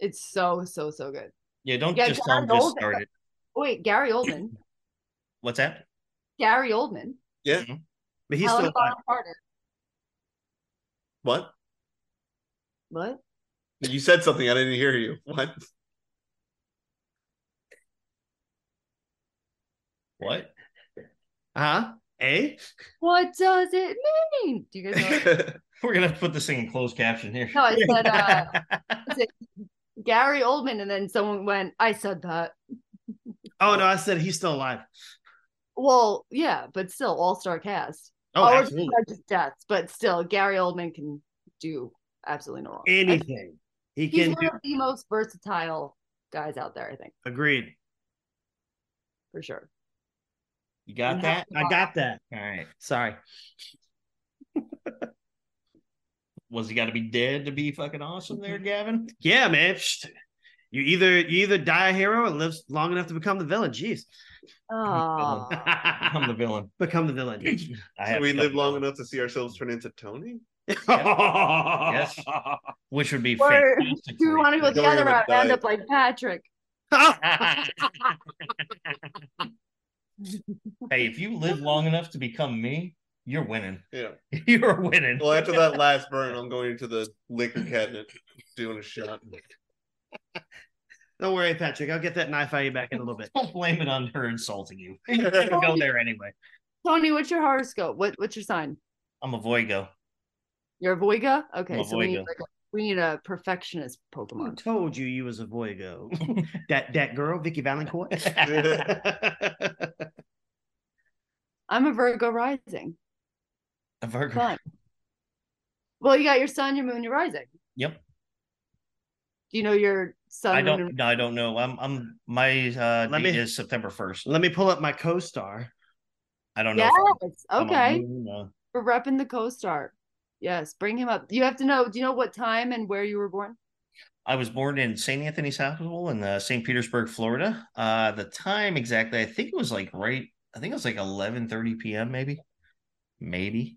[SPEAKER 4] It's so so so good.
[SPEAKER 1] yeah, don't
[SPEAKER 4] Yeah,
[SPEAKER 1] just tell him
[SPEAKER 4] Gary
[SPEAKER 1] just
[SPEAKER 4] Oldman.
[SPEAKER 1] start it.
[SPEAKER 4] Oh, wait, Gary Oldman.
[SPEAKER 1] What's that?
[SPEAKER 4] Gary Oldman.
[SPEAKER 2] But he's
[SPEAKER 4] Helen
[SPEAKER 2] still alive.
[SPEAKER 4] Bonham Carter.
[SPEAKER 3] What?
[SPEAKER 4] What?
[SPEAKER 3] You said something. I didn't hear you. What?
[SPEAKER 1] What?
[SPEAKER 2] Huh? Eh?
[SPEAKER 4] What does it mean? Do you guys know? What?
[SPEAKER 1] We're gonna have to put this thing in closed caption here.
[SPEAKER 4] No, I said uh, I said Gary Oldman, and then someone went, "I said that."
[SPEAKER 2] Oh no, I said he's still alive.
[SPEAKER 4] Well, yeah, but still, all star cast.
[SPEAKER 2] Oh,
[SPEAKER 4] All
[SPEAKER 2] absolutely.
[SPEAKER 4] just deaths, but still, Gary Oldman can do absolutely no wrong.
[SPEAKER 2] Anything he
[SPEAKER 4] He's
[SPEAKER 2] can
[SPEAKER 4] one
[SPEAKER 2] do.
[SPEAKER 4] of the most versatile guys out there, I think,
[SPEAKER 2] Agreed.
[SPEAKER 4] for sure.
[SPEAKER 1] You got
[SPEAKER 4] You
[SPEAKER 1] that?
[SPEAKER 4] have
[SPEAKER 2] I got that.
[SPEAKER 1] All right.
[SPEAKER 2] Sorry.
[SPEAKER 1] Was he got to be dead to be fucking awesome there, Gavin?
[SPEAKER 2] Yeah, man. Psh, You either you either die a hero or live long enough to become the villain. Jeez.
[SPEAKER 4] Oh,
[SPEAKER 1] I'm the villain.
[SPEAKER 2] become the villain.
[SPEAKER 1] I
[SPEAKER 3] So
[SPEAKER 1] have
[SPEAKER 3] we
[SPEAKER 1] become
[SPEAKER 3] live
[SPEAKER 1] the
[SPEAKER 3] long
[SPEAKER 1] villain,
[SPEAKER 3] enough to see ourselves turn into Tony?
[SPEAKER 2] yes.
[SPEAKER 1] which would be
[SPEAKER 4] Or
[SPEAKER 1] fantastic.
[SPEAKER 4] do we
[SPEAKER 1] for
[SPEAKER 4] want to
[SPEAKER 1] you.
[SPEAKER 4] go the
[SPEAKER 3] Don't
[SPEAKER 4] other
[SPEAKER 3] even
[SPEAKER 4] route and end
[SPEAKER 3] die.
[SPEAKER 4] up like Patrick?
[SPEAKER 1] hey, if you live long enough to become me, you're winning.
[SPEAKER 3] Yeah.
[SPEAKER 1] You're winning.
[SPEAKER 3] Well, after that last burn, I'm going into the liquor cabinet doing a shot.
[SPEAKER 2] Don't worry, Patrick. I'll get that knife out of you back in a little bit.
[SPEAKER 1] Don't blame it on her insulting you. You're gonna go there anyway.
[SPEAKER 4] Tony, what's your horoscope? What What's your sign?
[SPEAKER 1] I'm a Voigo.
[SPEAKER 4] You're a Voiga. Okay,
[SPEAKER 1] I'm a
[SPEAKER 4] so we need,
[SPEAKER 1] Voiga. Hmm.
[SPEAKER 4] like, a- we need a perfectionist
[SPEAKER 2] Who
[SPEAKER 4] Pokemon.
[SPEAKER 2] told you you was a Voigo? that that girl, Vicky Valancourt.
[SPEAKER 4] I'm a Virgo rising.
[SPEAKER 1] A Virgo.
[SPEAKER 4] Fun. Well, you got your sun, your moon, your rising.
[SPEAKER 1] Yep.
[SPEAKER 4] Do you know your sun?
[SPEAKER 1] I
[SPEAKER 4] moon,
[SPEAKER 1] don't.
[SPEAKER 4] and-
[SPEAKER 1] No, I don't know. I'm. I'm. My uh,
[SPEAKER 2] Let
[SPEAKER 1] date
[SPEAKER 2] me-
[SPEAKER 1] is September first.
[SPEAKER 2] Let me pull up my co-star.
[SPEAKER 1] I don't know.
[SPEAKER 4] Yes.
[SPEAKER 1] if I'm- I'm a
[SPEAKER 4] Okay.
[SPEAKER 1] moon, uh,
[SPEAKER 4] We're repping the co-star. Yes. Bring him up. You have to know. Do you know what time and where you were born?
[SPEAKER 1] I was born in St. Anthony's Hospital in uh, St. Petersburg, Florida. Uh, the time exactly, I think it was like right. I think it was like eleven thirty p.m. Maybe, maybe.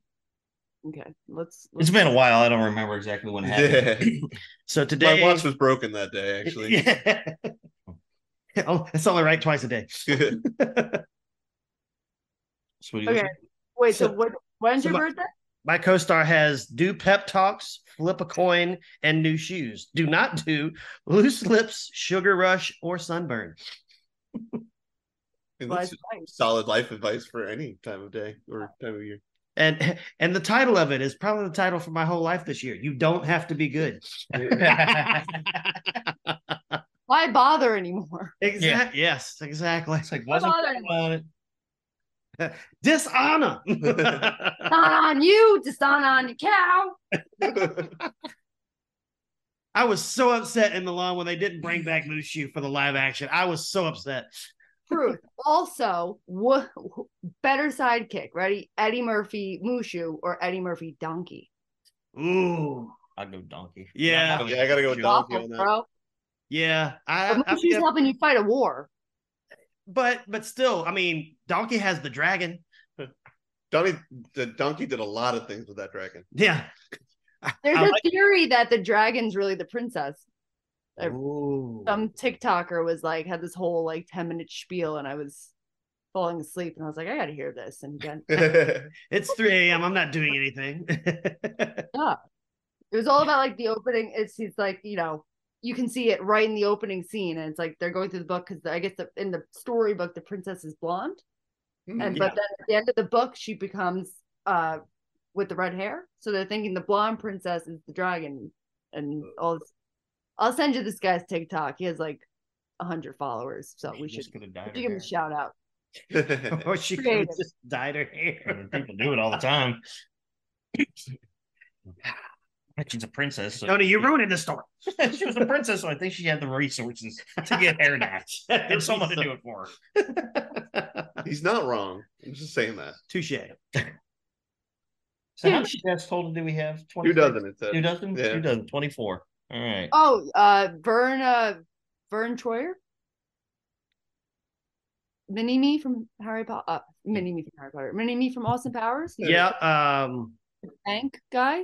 [SPEAKER 4] Okay. Let's.
[SPEAKER 1] It's
[SPEAKER 4] let's
[SPEAKER 1] been a while. I don't remember exactly when it happened.
[SPEAKER 3] Yeah.
[SPEAKER 2] So
[SPEAKER 3] My
[SPEAKER 2] today,
[SPEAKER 3] watch was broken that day, actually.
[SPEAKER 2] Yeah. oh, it's only right twice a day.
[SPEAKER 1] So what do you
[SPEAKER 4] Okay. Wait. So,
[SPEAKER 2] So-
[SPEAKER 4] what? When's
[SPEAKER 2] so
[SPEAKER 4] your
[SPEAKER 2] my-
[SPEAKER 4] birthday?
[SPEAKER 2] My co-star has do pep talks, flip a coin, and new shoes. Do not do loose lips, sugar rush, or sunburn.
[SPEAKER 3] And
[SPEAKER 4] Last
[SPEAKER 3] that's
[SPEAKER 4] night.
[SPEAKER 3] solid life advice for any time of day or time of year.
[SPEAKER 2] And and the title of it is probably the title for my whole life this year. You don't have to be good.
[SPEAKER 4] Why bother anymore?
[SPEAKER 2] Exactly. Yes, exactly.
[SPEAKER 1] it's like
[SPEAKER 4] Why
[SPEAKER 1] wasn't
[SPEAKER 4] bother anymore?
[SPEAKER 1] about it.
[SPEAKER 2] Dishonor.
[SPEAKER 4] Not on you. Just not on your cow.
[SPEAKER 2] I was so upset in Milan when they didn't bring back Mushu for the live action. I was so upset.
[SPEAKER 4] Truth. also, wha- better sidekick. Ready? Eddie Murphy Mushu or Eddie Murphy Donkey.
[SPEAKER 2] Ooh.
[SPEAKER 1] I'll go donkey.
[SPEAKER 2] Yeah.
[SPEAKER 1] I'll
[SPEAKER 3] Yeah, I gotta go
[SPEAKER 1] Sure.
[SPEAKER 3] donkey
[SPEAKER 4] Awful,
[SPEAKER 3] on that.
[SPEAKER 4] bro.
[SPEAKER 2] Yeah. I,
[SPEAKER 4] But
[SPEAKER 2] I
[SPEAKER 4] Mushu's
[SPEAKER 2] forget-
[SPEAKER 4] helping you fight a war.
[SPEAKER 2] but but still, I mean, Donkey has the dragon.
[SPEAKER 3] Donnie, the donkey did a lot of things with that dragon.
[SPEAKER 2] Yeah.
[SPEAKER 4] There's
[SPEAKER 2] I
[SPEAKER 4] a
[SPEAKER 2] like-
[SPEAKER 4] theory that the dragon's really the princess. I-
[SPEAKER 2] Ooh.
[SPEAKER 4] Some TikToker was like had this whole like 10 minute spiel and I was falling asleep and I was like, I gotta hear this. And again,
[SPEAKER 2] It's 3 a.m. I'm not doing anything.
[SPEAKER 4] it was all about like the opening. It's he's like, you know, you can see it right in the opening scene, and it's like they're going through the book because I guess the, in the storybook the princess is blonde, and but then at the end of the book she becomes uh with the red hair. So they're thinking the blonde princess is the dragon, and all. this- I'll send you this guy's TikTok. He has like a hundred followers, so we should
[SPEAKER 1] could have died.
[SPEAKER 4] give him a shout out.
[SPEAKER 2] or she could have
[SPEAKER 4] Creative.
[SPEAKER 2] just dyed her hair.
[SPEAKER 1] People do it all the time. She's a princess. so-
[SPEAKER 2] Tony, you're ruining the story.
[SPEAKER 1] she was a princess, so I think she had the resources to get hair dye and someone to do it for her.
[SPEAKER 3] He's not wrong. I'm just saying that.
[SPEAKER 2] Touche.
[SPEAKER 1] So how many deaths total do we have?
[SPEAKER 3] Two
[SPEAKER 1] 26?
[SPEAKER 3] dozen. It's
[SPEAKER 1] Two
[SPEAKER 3] a,
[SPEAKER 1] dozen.
[SPEAKER 3] Yeah.
[SPEAKER 1] Two dozen. Twenty-four. All right.
[SPEAKER 4] Oh, uh, Vern, uh, Vern Troyer, Mini Me from Harry Potter, uh, Mini Me from Harry Potter, Mini Me from Austin Powers, the
[SPEAKER 2] Yeah. Um,
[SPEAKER 4] bank guy.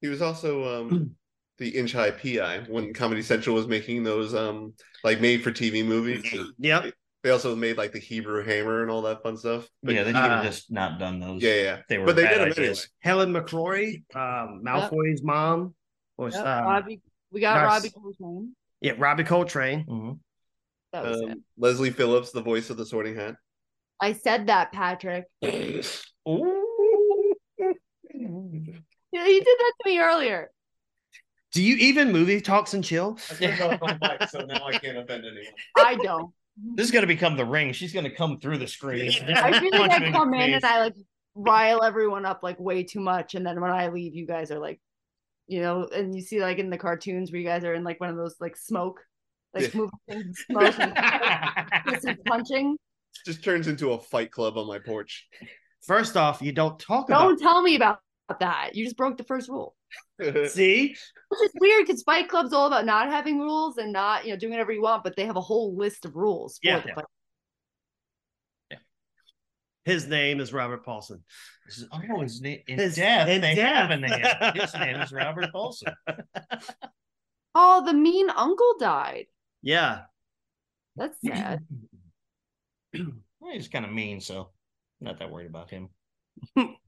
[SPEAKER 3] he was also um, the Inch High PI when Comedy Central was making those um like made for TV movies.
[SPEAKER 2] yeah.
[SPEAKER 3] They also made like the Hebrew Hammer and all that fun stuff. But,
[SPEAKER 1] yeah, they should
[SPEAKER 2] uh,
[SPEAKER 1] have just not done those.
[SPEAKER 3] Ah. yeah, yeah.
[SPEAKER 1] they were.
[SPEAKER 3] But they
[SPEAKER 1] bad
[SPEAKER 3] did them
[SPEAKER 1] ideas.
[SPEAKER 3] anyway.
[SPEAKER 2] Helen McCrory, um,
[SPEAKER 4] Yep.
[SPEAKER 2] Malfoy's mom. Or,
[SPEAKER 4] Yep,
[SPEAKER 2] um,
[SPEAKER 4] Robbie, we got
[SPEAKER 2] nice.
[SPEAKER 4] Robbie Coltrane.
[SPEAKER 2] Yeah, Robbie Coltrane.
[SPEAKER 1] Mhm.
[SPEAKER 4] That was it.
[SPEAKER 3] Um, Leslie Phillips, the voice of the Sorting Hat.
[SPEAKER 4] I said that, Patrick.
[SPEAKER 1] Mm-hmm.
[SPEAKER 4] Yeah, you did that to me earlier.
[SPEAKER 2] Do you even movie talks and chill?
[SPEAKER 3] so now I can't offend anyone.
[SPEAKER 4] I don't.
[SPEAKER 1] This is gonna become the ring. She's gonna come through the screen.
[SPEAKER 4] I feel
[SPEAKER 1] Punch
[SPEAKER 4] like
[SPEAKER 1] me
[SPEAKER 4] I
[SPEAKER 1] in
[SPEAKER 4] come
[SPEAKER 1] the
[SPEAKER 4] in
[SPEAKER 1] face.
[SPEAKER 4] and I like rile everyone up like way too much, and then when I leave, you guys are like, you know, and you see like in the cartoons where you guys are in like one of those like smoke, like
[SPEAKER 3] Yeah.
[SPEAKER 4] moving things, in smoke, and this is punching.
[SPEAKER 3] Just turns into a fight club on my porch.
[SPEAKER 2] First off, you don't talk
[SPEAKER 4] Don't tell me about that. You just broke the first rule.
[SPEAKER 2] about See?
[SPEAKER 4] Which is weird because Fight Club's all about not having rules and not you know doing whatever you want, but they have a whole list of rules. for
[SPEAKER 2] Yeah.
[SPEAKER 4] the fight.
[SPEAKER 2] His name is Robert Paulson.
[SPEAKER 1] This is- oh, his name in
[SPEAKER 2] His-
[SPEAKER 1] death.
[SPEAKER 2] in
[SPEAKER 1] they
[SPEAKER 2] death.
[SPEAKER 1] have a name. His name is Robert Paulson.
[SPEAKER 4] Oh, the mean uncle died.
[SPEAKER 2] Yeah.
[SPEAKER 4] That's sad.
[SPEAKER 1] Well, he's kind of mean, so I'm not that worried about him.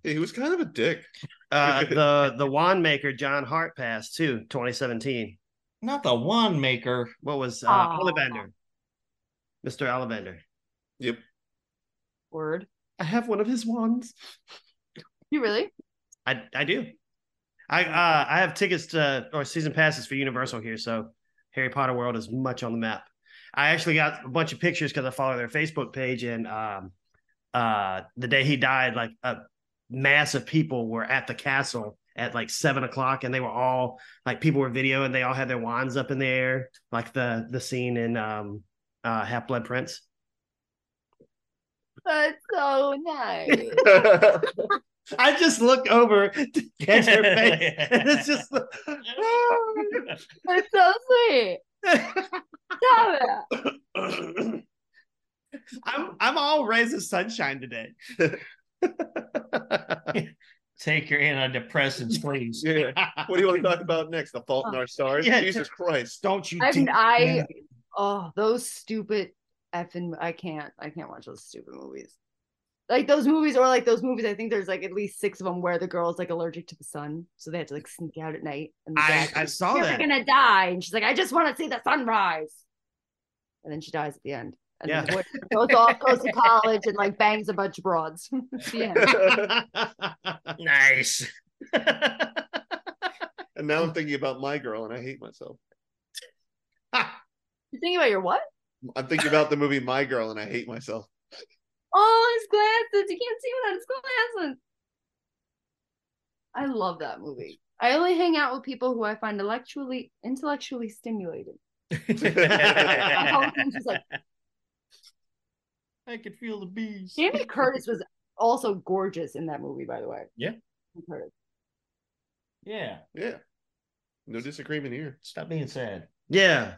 [SPEAKER 3] he was kind of a dick.
[SPEAKER 2] Uh, the the wand maker John Hart passed too, 2017.
[SPEAKER 1] Not the wand maker.
[SPEAKER 2] What was uh,
[SPEAKER 4] Aw.
[SPEAKER 2] Ollivander? Mr. Ollivander.
[SPEAKER 4] Word.
[SPEAKER 2] I have one of his wands.
[SPEAKER 4] You really?
[SPEAKER 2] I I do. I uh, I have tickets to or season passes for Universal here, so Harry Potter World is much on the map. I actually got a bunch of pictures because I follow their Facebook page, and um, uh, the day he died, like a mass of people were at the castle at like seven o'clock, and they were all like people were videoing. They all had their wands up in the air, like the the scene in um, uh, Half Blood Prince.
[SPEAKER 4] That's so nice.
[SPEAKER 2] I just look over to catch their face, and it's just. "Ah."
[SPEAKER 4] That's so sweet. Stop it.
[SPEAKER 2] I'm I'm all rays of sunshine today.
[SPEAKER 1] Take your antidepressants, please.
[SPEAKER 3] yeah. What do you want to talk about next? The Fault in Our Stars?
[SPEAKER 2] Yeah.
[SPEAKER 3] Jesus Christ.
[SPEAKER 2] Don't you?
[SPEAKER 4] I mean,
[SPEAKER 2] dare-
[SPEAKER 4] I oh those stupid effing I can't I can't watch those stupid movies. Like those movies, or like those movies. I think there's like at least six of them where the girl's like allergic to the sun, so they had to like sneak out at night. And the
[SPEAKER 2] I,
[SPEAKER 4] dad's
[SPEAKER 2] I
[SPEAKER 4] like,
[SPEAKER 2] saw
[SPEAKER 4] You're
[SPEAKER 2] that.
[SPEAKER 4] gonna die, and she's like, I just want to see the sunrise. And then she dies at the end. And then
[SPEAKER 2] Yeah.
[SPEAKER 4] the boy goes off, goes to college, and like bangs a bunch of broads. It's the end.
[SPEAKER 1] Nice.
[SPEAKER 3] And now I'm thinking about my girl and I hate myself.
[SPEAKER 4] You think about your what?
[SPEAKER 3] I'm thinking about the movie My Girl and I hate myself.
[SPEAKER 4] Oh, his glasses. You can't see without his glasses. I love that movie. I only hang out with people who I find intellectually intellectually stimulated. The whole thing's just like
[SPEAKER 1] I could feel the bees.
[SPEAKER 4] Jamie Curtis was also gorgeous in that movie, by the way.
[SPEAKER 1] Yeah.
[SPEAKER 4] Jamie Curtis.
[SPEAKER 1] Yeah.
[SPEAKER 3] Yeah. No disagreement here.
[SPEAKER 1] Stop being sad.
[SPEAKER 2] yeah.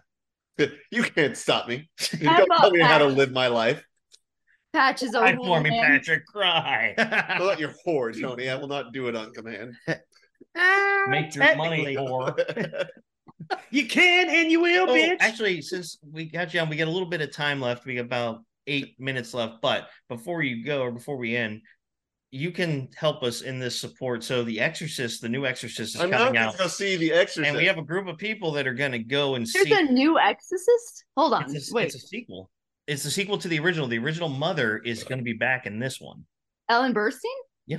[SPEAKER 3] You can't stop me. You
[SPEAKER 4] How
[SPEAKER 3] don't
[SPEAKER 4] about
[SPEAKER 3] tell me how to
[SPEAKER 4] that?
[SPEAKER 3] live my life.
[SPEAKER 4] Patch is
[SPEAKER 1] Cry
[SPEAKER 4] over.
[SPEAKER 1] for me, Patrick. Cry.
[SPEAKER 3] I'm not your whore, Tony. I will not do it on command.
[SPEAKER 1] Make your money, whore.
[SPEAKER 2] You can and you will,
[SPEAKER 1] Oh,
[SPEAKER 2] bitch.
[SPEAKER 1] actually, since we got you on, we got a little bit of time left. We got about eight minutes left. But before you go, or before we end, you can help us in this support. So the Exorcist, the new Exorcist is
[SPEAKER 3] I'm not
[SPEAKER 1] coming
[SPEAKER 3] going
[SPEAKER 1] out,
[SPEAKER 3] to go see The Exorcist.
[SPEAKER 1] and we have a group of people that are going to go and
[SPEAKER 4] There's
[SPEAKER 1] see.
[SPEAKER 4] a new Exorcist. Hold on,
[SPEAKER 1] It's a,
[SPEAKER 4] wait.
[SPEAKER 1] it's a sequel. It's a sequel to the original. The original mother is going to be back in this one.
[SPEAKER 4] Ellen Burstyn.
[SPEAKER 1] Yeah.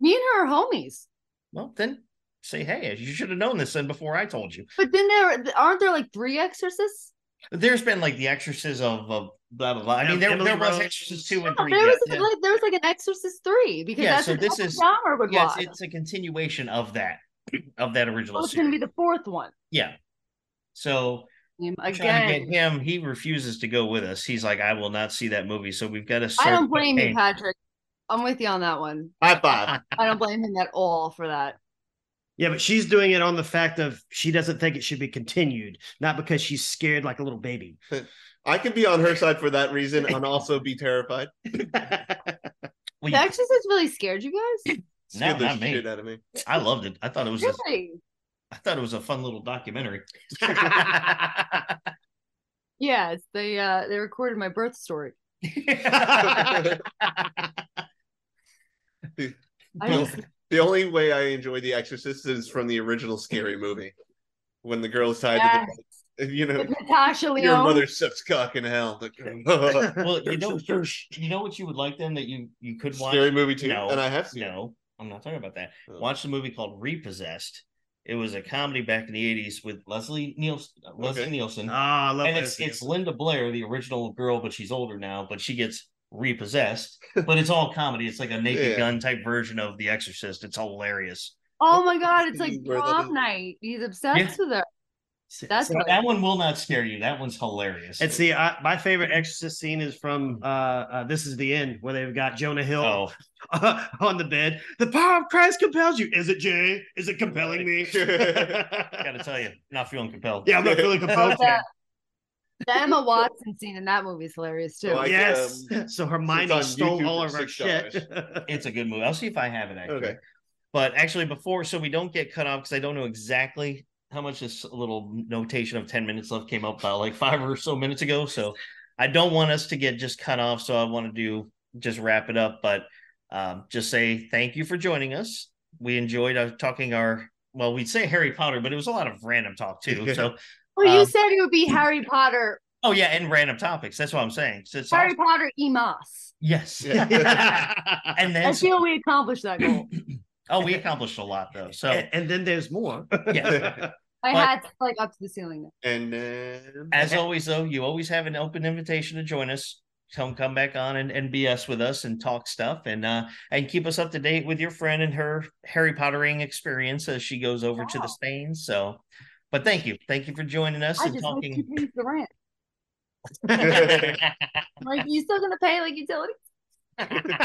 [SPEAKER 4] me and her are homies.
[SPEAKER 1] Well, then say hey. You should have known this then before I told you.
[SPEAKER 4] But then there aren't there like three Exorcists?
[SPEAKER 1] But there's been like the exorcism of, of blah blah blah. I mean, there,
[SPEAKER 2] Emily
[SPEAKER 1] there was
[SPEAKER 2] Rose.
[SPEAKER 1] Exorcist two and
[SPEAKER 4] No,
[SPEAKER 1] three.
[SPEAKER 4] there
[SPEAKER 1] yeah,
[SPEAKER 4] was
[SPEAKER 1] yeah.
[SPEAKER 4] like there was like an Exorcist three because
[SPEAKER 1] Yeah,
[SPEAKER 4] that's
[SPEAKER 1] so
[SPEAKER 4] what
[SPEAKER 1] this
[SPEAKER 4] Elton
[SPEAKER 1] is-
[SPEAKER 4] Dahmer would
[SPEAKER 1] Yeah,
[SPEAKER 4] watch.
[SPEAKER 1] it's, it's a continuation of that of that original
[SPEAKER 4] Oh, it's
[SPEAKER 1] series.
[SPEAKER 4] gonna be the fourth one
[SPEAKER 1] yeah. So
[SPEAKER 4] Um,
[SPEAKER 1] trying to
[SPEAKER 4] again.
[SPEAKER 1] get him, he refuses to go with us. He's like, I will not see that movie. So we've got to.
[SPEAKER 4] I
[SPEAKER 1] search
[SPEAKER 4] don't
[SPEAKER 1] the
[SPEAKER 4] blame you,
[SPEAKER 1] pain.
[SPEAKER 4] Patrick. I'm with you on that one.
[SPEAKER 3] High five.
[SPEAKER 4] I don't blame him at all for that.
[SPEAKER 2] Yeah, but she's doing it on the fact of she doesn't think it should be continued, not because she's scared like a little baby.
[SPEAKER 3] I could be on her side for that reason and also be terrified.
[SPEAKER 1] Well,
[SPEAKER 4] The
[SPEAKER 1] you-
[SPEAKER 4] Exorcist really scared you guys.
[SPEAKER 3] Scared
[SPEAKER 1] No,
[SPEAKER 3] the
[SPEAKER 1] not me.
[SPEAKER 3] shit out of me.
[SPEAKER 1] I loved it. I thought it was. A,
[SPEAKER 4] Really?
[SPEAKER 1] I thought it was a fun little documentary. I
[SPEAKER 4] Yes, they uh they recorded my birth story. I
[SPEAKER 3] Well,
[SPEAKER 4] just,
[SPEAKER 3] the only way I enjoy The Exorcist is from the original scary movie. When the girl's tied
[SPEAKER 4] yeah,
[SPEAKER 3] to the you know,
[SPEAKER 4] with Natasha
[SPEAKER 3] your
[SPEAKER 4] Leone.
[SPEAKER 3] mother sucks cock in hell. Like,
[SPEAKER 1] well, you know, you know what you would like then that you you could watch.
[SPEAKER 3] scary movie too.
[SPEAKER 1] No.
[SPEAKER 3] And I have seen it.
[SPEAKER 1] No, I'm not talking about that.
[SPEAKER 3] Oh.
[SPEAKER 1] Watch the movie called Repossessed. It was a comedy back in the 80s with Leslie Nielsen. uh, Leslie
[SPEAKER 3] Okay.
[SPEAKER 1] Nielsen.
[SPEAKER 2] Ah, I love
[SPEAKER 1] and
[SPEAKER 2] this.
[SPEAKER 1] it's it's Linda Blair, the original girl, but she's older now, but she gets repossessed. But it's all comedy. It's like a naked
[SPEAKER 3] Yeah.
[SPEAKER 1] gun type version of The Exorcist. It's hilarious.
[SPEAKER 4] Oh my god, it's like
[SPEAKER 3] Where that is-
[SPEAKER 4] prom night. He's obsessed with her. That's
[SPEAKER 1] So
[SPEAKER 4] what-
[SPEAKER 1] that one will not scare you. That one's hilarious.
[SPEAKER 2] It's the uh, my favorite Exorcist scene is from uh, uh This Is the End where they've got Jonah Hill
[SPEAKER 1] oh,
[SPEAKER 2] on the bed. The power of Christ compels you. Is it Jay? Is it compelling me?
[SPEAKER 1] I gotta tell you, not feeling compelled.
[SPEAKER 2] yeah, I'm not feeling compelled.
[SPEAKER 4] that- The Emma Watson scene in that movie is hilarious too.
[SPEAKER 3] Oh, I-
[SPEAKER 2] yes.
[SPEAKER 3] um,
[SPEAKER 2] so Hermione
[SPEAKER 3] on
[SPEAKER 2] stole
[SPEAKER 3] YouTube
[SPEAKER 2] all
[SPEAKER 3] for
[SPEAKER 2] of our
[SPEAKER 3] $6.
[SPEAKER 2] shit.
[SPEAKER 1] It's a good movie. I'll see if I have it actually.
[SPEAKER 3] Okay.
[SPEAKER 1] But actually, before so we don't get cut off because I don't know exactly how much this little notation of ten minutes left came up about like five or so minutes ago. So I don't want us to get just cut off. So I want to do just wrap it up, but um, just say thank you for joining us. We enjoyed uh, talking our well, we'd say Harry Potter, but it was a lot of random talk too. So
[SPEAKER 4] well, you
[SPEAKER 1] um,
[SPEAKER 4] said it would be Harry Potter,
[SPEAKER 1] oh yeah, and random topics. That's what I'm saying. So it's
[SPEAKER 4] Harry
[SPEAKER 1] awesome.
[SPEAKER 4] Potter Emas.
[SPEAKER 1] yes, and
[SPEAKER 4] I
[SPEAKER 1] then
[SPEAKER 4] feel we accomplished that goal.
[SPEAKER 1] oh, we accomplished a lot though. So
[SPEAKER 2] and, and then there's more.
[SPEAKER 1] yeah.
[SPEAKER 4] My
[SPEAKER 1] But-
[SPEAKER 4] hat's like up to the ceiling.
[SPEAKER 3] And then
[SPEAKER 1] As always, though, you always have an open invitation to join us. Come come back on and, and BS with us and talk stuff and uh and keep us up to date with your friend and her Harry Pottering experience as she goes over to the
[SPEAKER 4] Wow.
[SPEAKER 1] Spain. So but thank you. Thank you for joining us
[SPEAKER 4] I
[SPEAKER 1] and
[SPEAKER 4] just like you
[SPEAKER 1] talking.
[SPEAKER 4] pay the rent. Like you still gonna pay like utilities?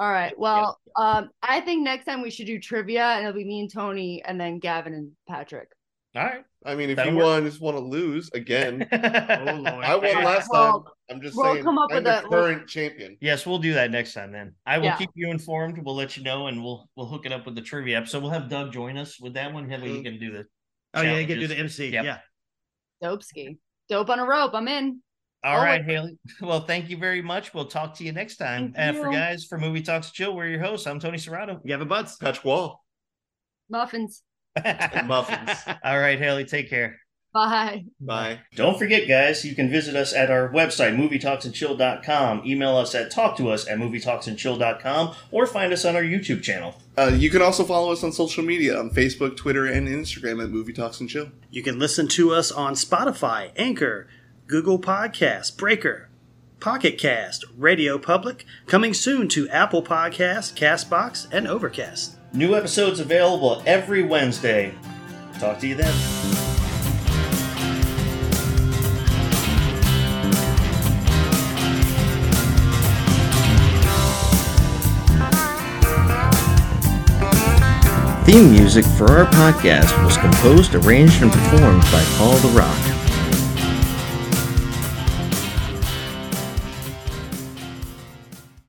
[SPEAKER 4] All right. Well, um, I think next time we should do trivia, and it'll be me and Tony, and then Gavin and Patrick.
[SPEAKER 1] All right.
[SPEAKER 3] I mean if
[SPEAKER 1] That'll
[SPEAKER 3] you
[SPEAKER 1] work.
[SPEAKER 3] want just want to lose again,
[SPEAKER 2] oh Lord.
[SPEAKER 3] I won last time.
[SPEAKER 4] Well,
[SPEAKER 3] I'm just
[SPEAKER 4] we'll
[SPEAKER 3] saying
[SPEAKER 4] come up
[SPEAKER 3] I'm
[SPEAKER 4] with
[SPEAKER 3] the
[SPEAKER 4] a- we'll-
[SPEAKER 3] current champion.
[SPEAKER 1] Yes, we'll do that next time then. I will
[SPEAKER 4] Yeah.
[SPEAKER 1] keep you informed. We'll let you know and we'll we'll hook it up with the trivia episode. We'll have Doug join us with that one. That way he
[SPEAKER 4] Mm-hmm.
[SPEAKER 3] Mhm.
[SPEAKER 1] can do the
[SPEAKER 2] Oh yeah, you can do
[SPEAKER 1] challenges.
[SPEAKER 2] the MC.
[SPEAKER 1] Yep.
[SPEAKER 2] Yeah.
[SPEAKER 4] Dope ski, dope on a rope. I'm in.
[SPEAKER 1] All
[SPEAKER 4] Always.
[SPEAKER 1] right, Haley. Well, thank you very much. We'll talk to you next time.
[SPEAKER 4] Thank
[SPEAKER 1] Uh, for
[SPEAKER 4] you.
[SPEAKER 1] guys, for Movie Talks Chill, we're your hosts. I'm Tony Serrato.
[SPEAKER 2] You have a butts.
[SPEAKER 3] Patch wall.
[SPEAKER 4] Muffins.
[SPEAKER 3] Muffins.
[SPEAKER 1] All right, Haley, take care.
[SPEAKER 4] Bye.
[SPEAKER 3] Bye.
[SPEAKER 1] Don't forget, guys, you can visit us at our website, movietalksandchill.com. Email us at talktous at movietalksandchill.com or find us on our YouTube channel.
[SPEAKER 3] Uh, you can also follow us on social media on Facebook, Twitter, and Instagram at Movie Talks and Chill.
[SPEAKER 2] You can listen to us on Spotify, Anchor, Google Podcasts, Breaker, Pocket Cast, Radio Public, coming soon to Apple Podcasts, Castbox, and Overcast.
[SPEAKER 1] New episodes available every Wednesday. Talk to you then. Theme music for our podcast was composed, arranged, and performed by Paul the Rock.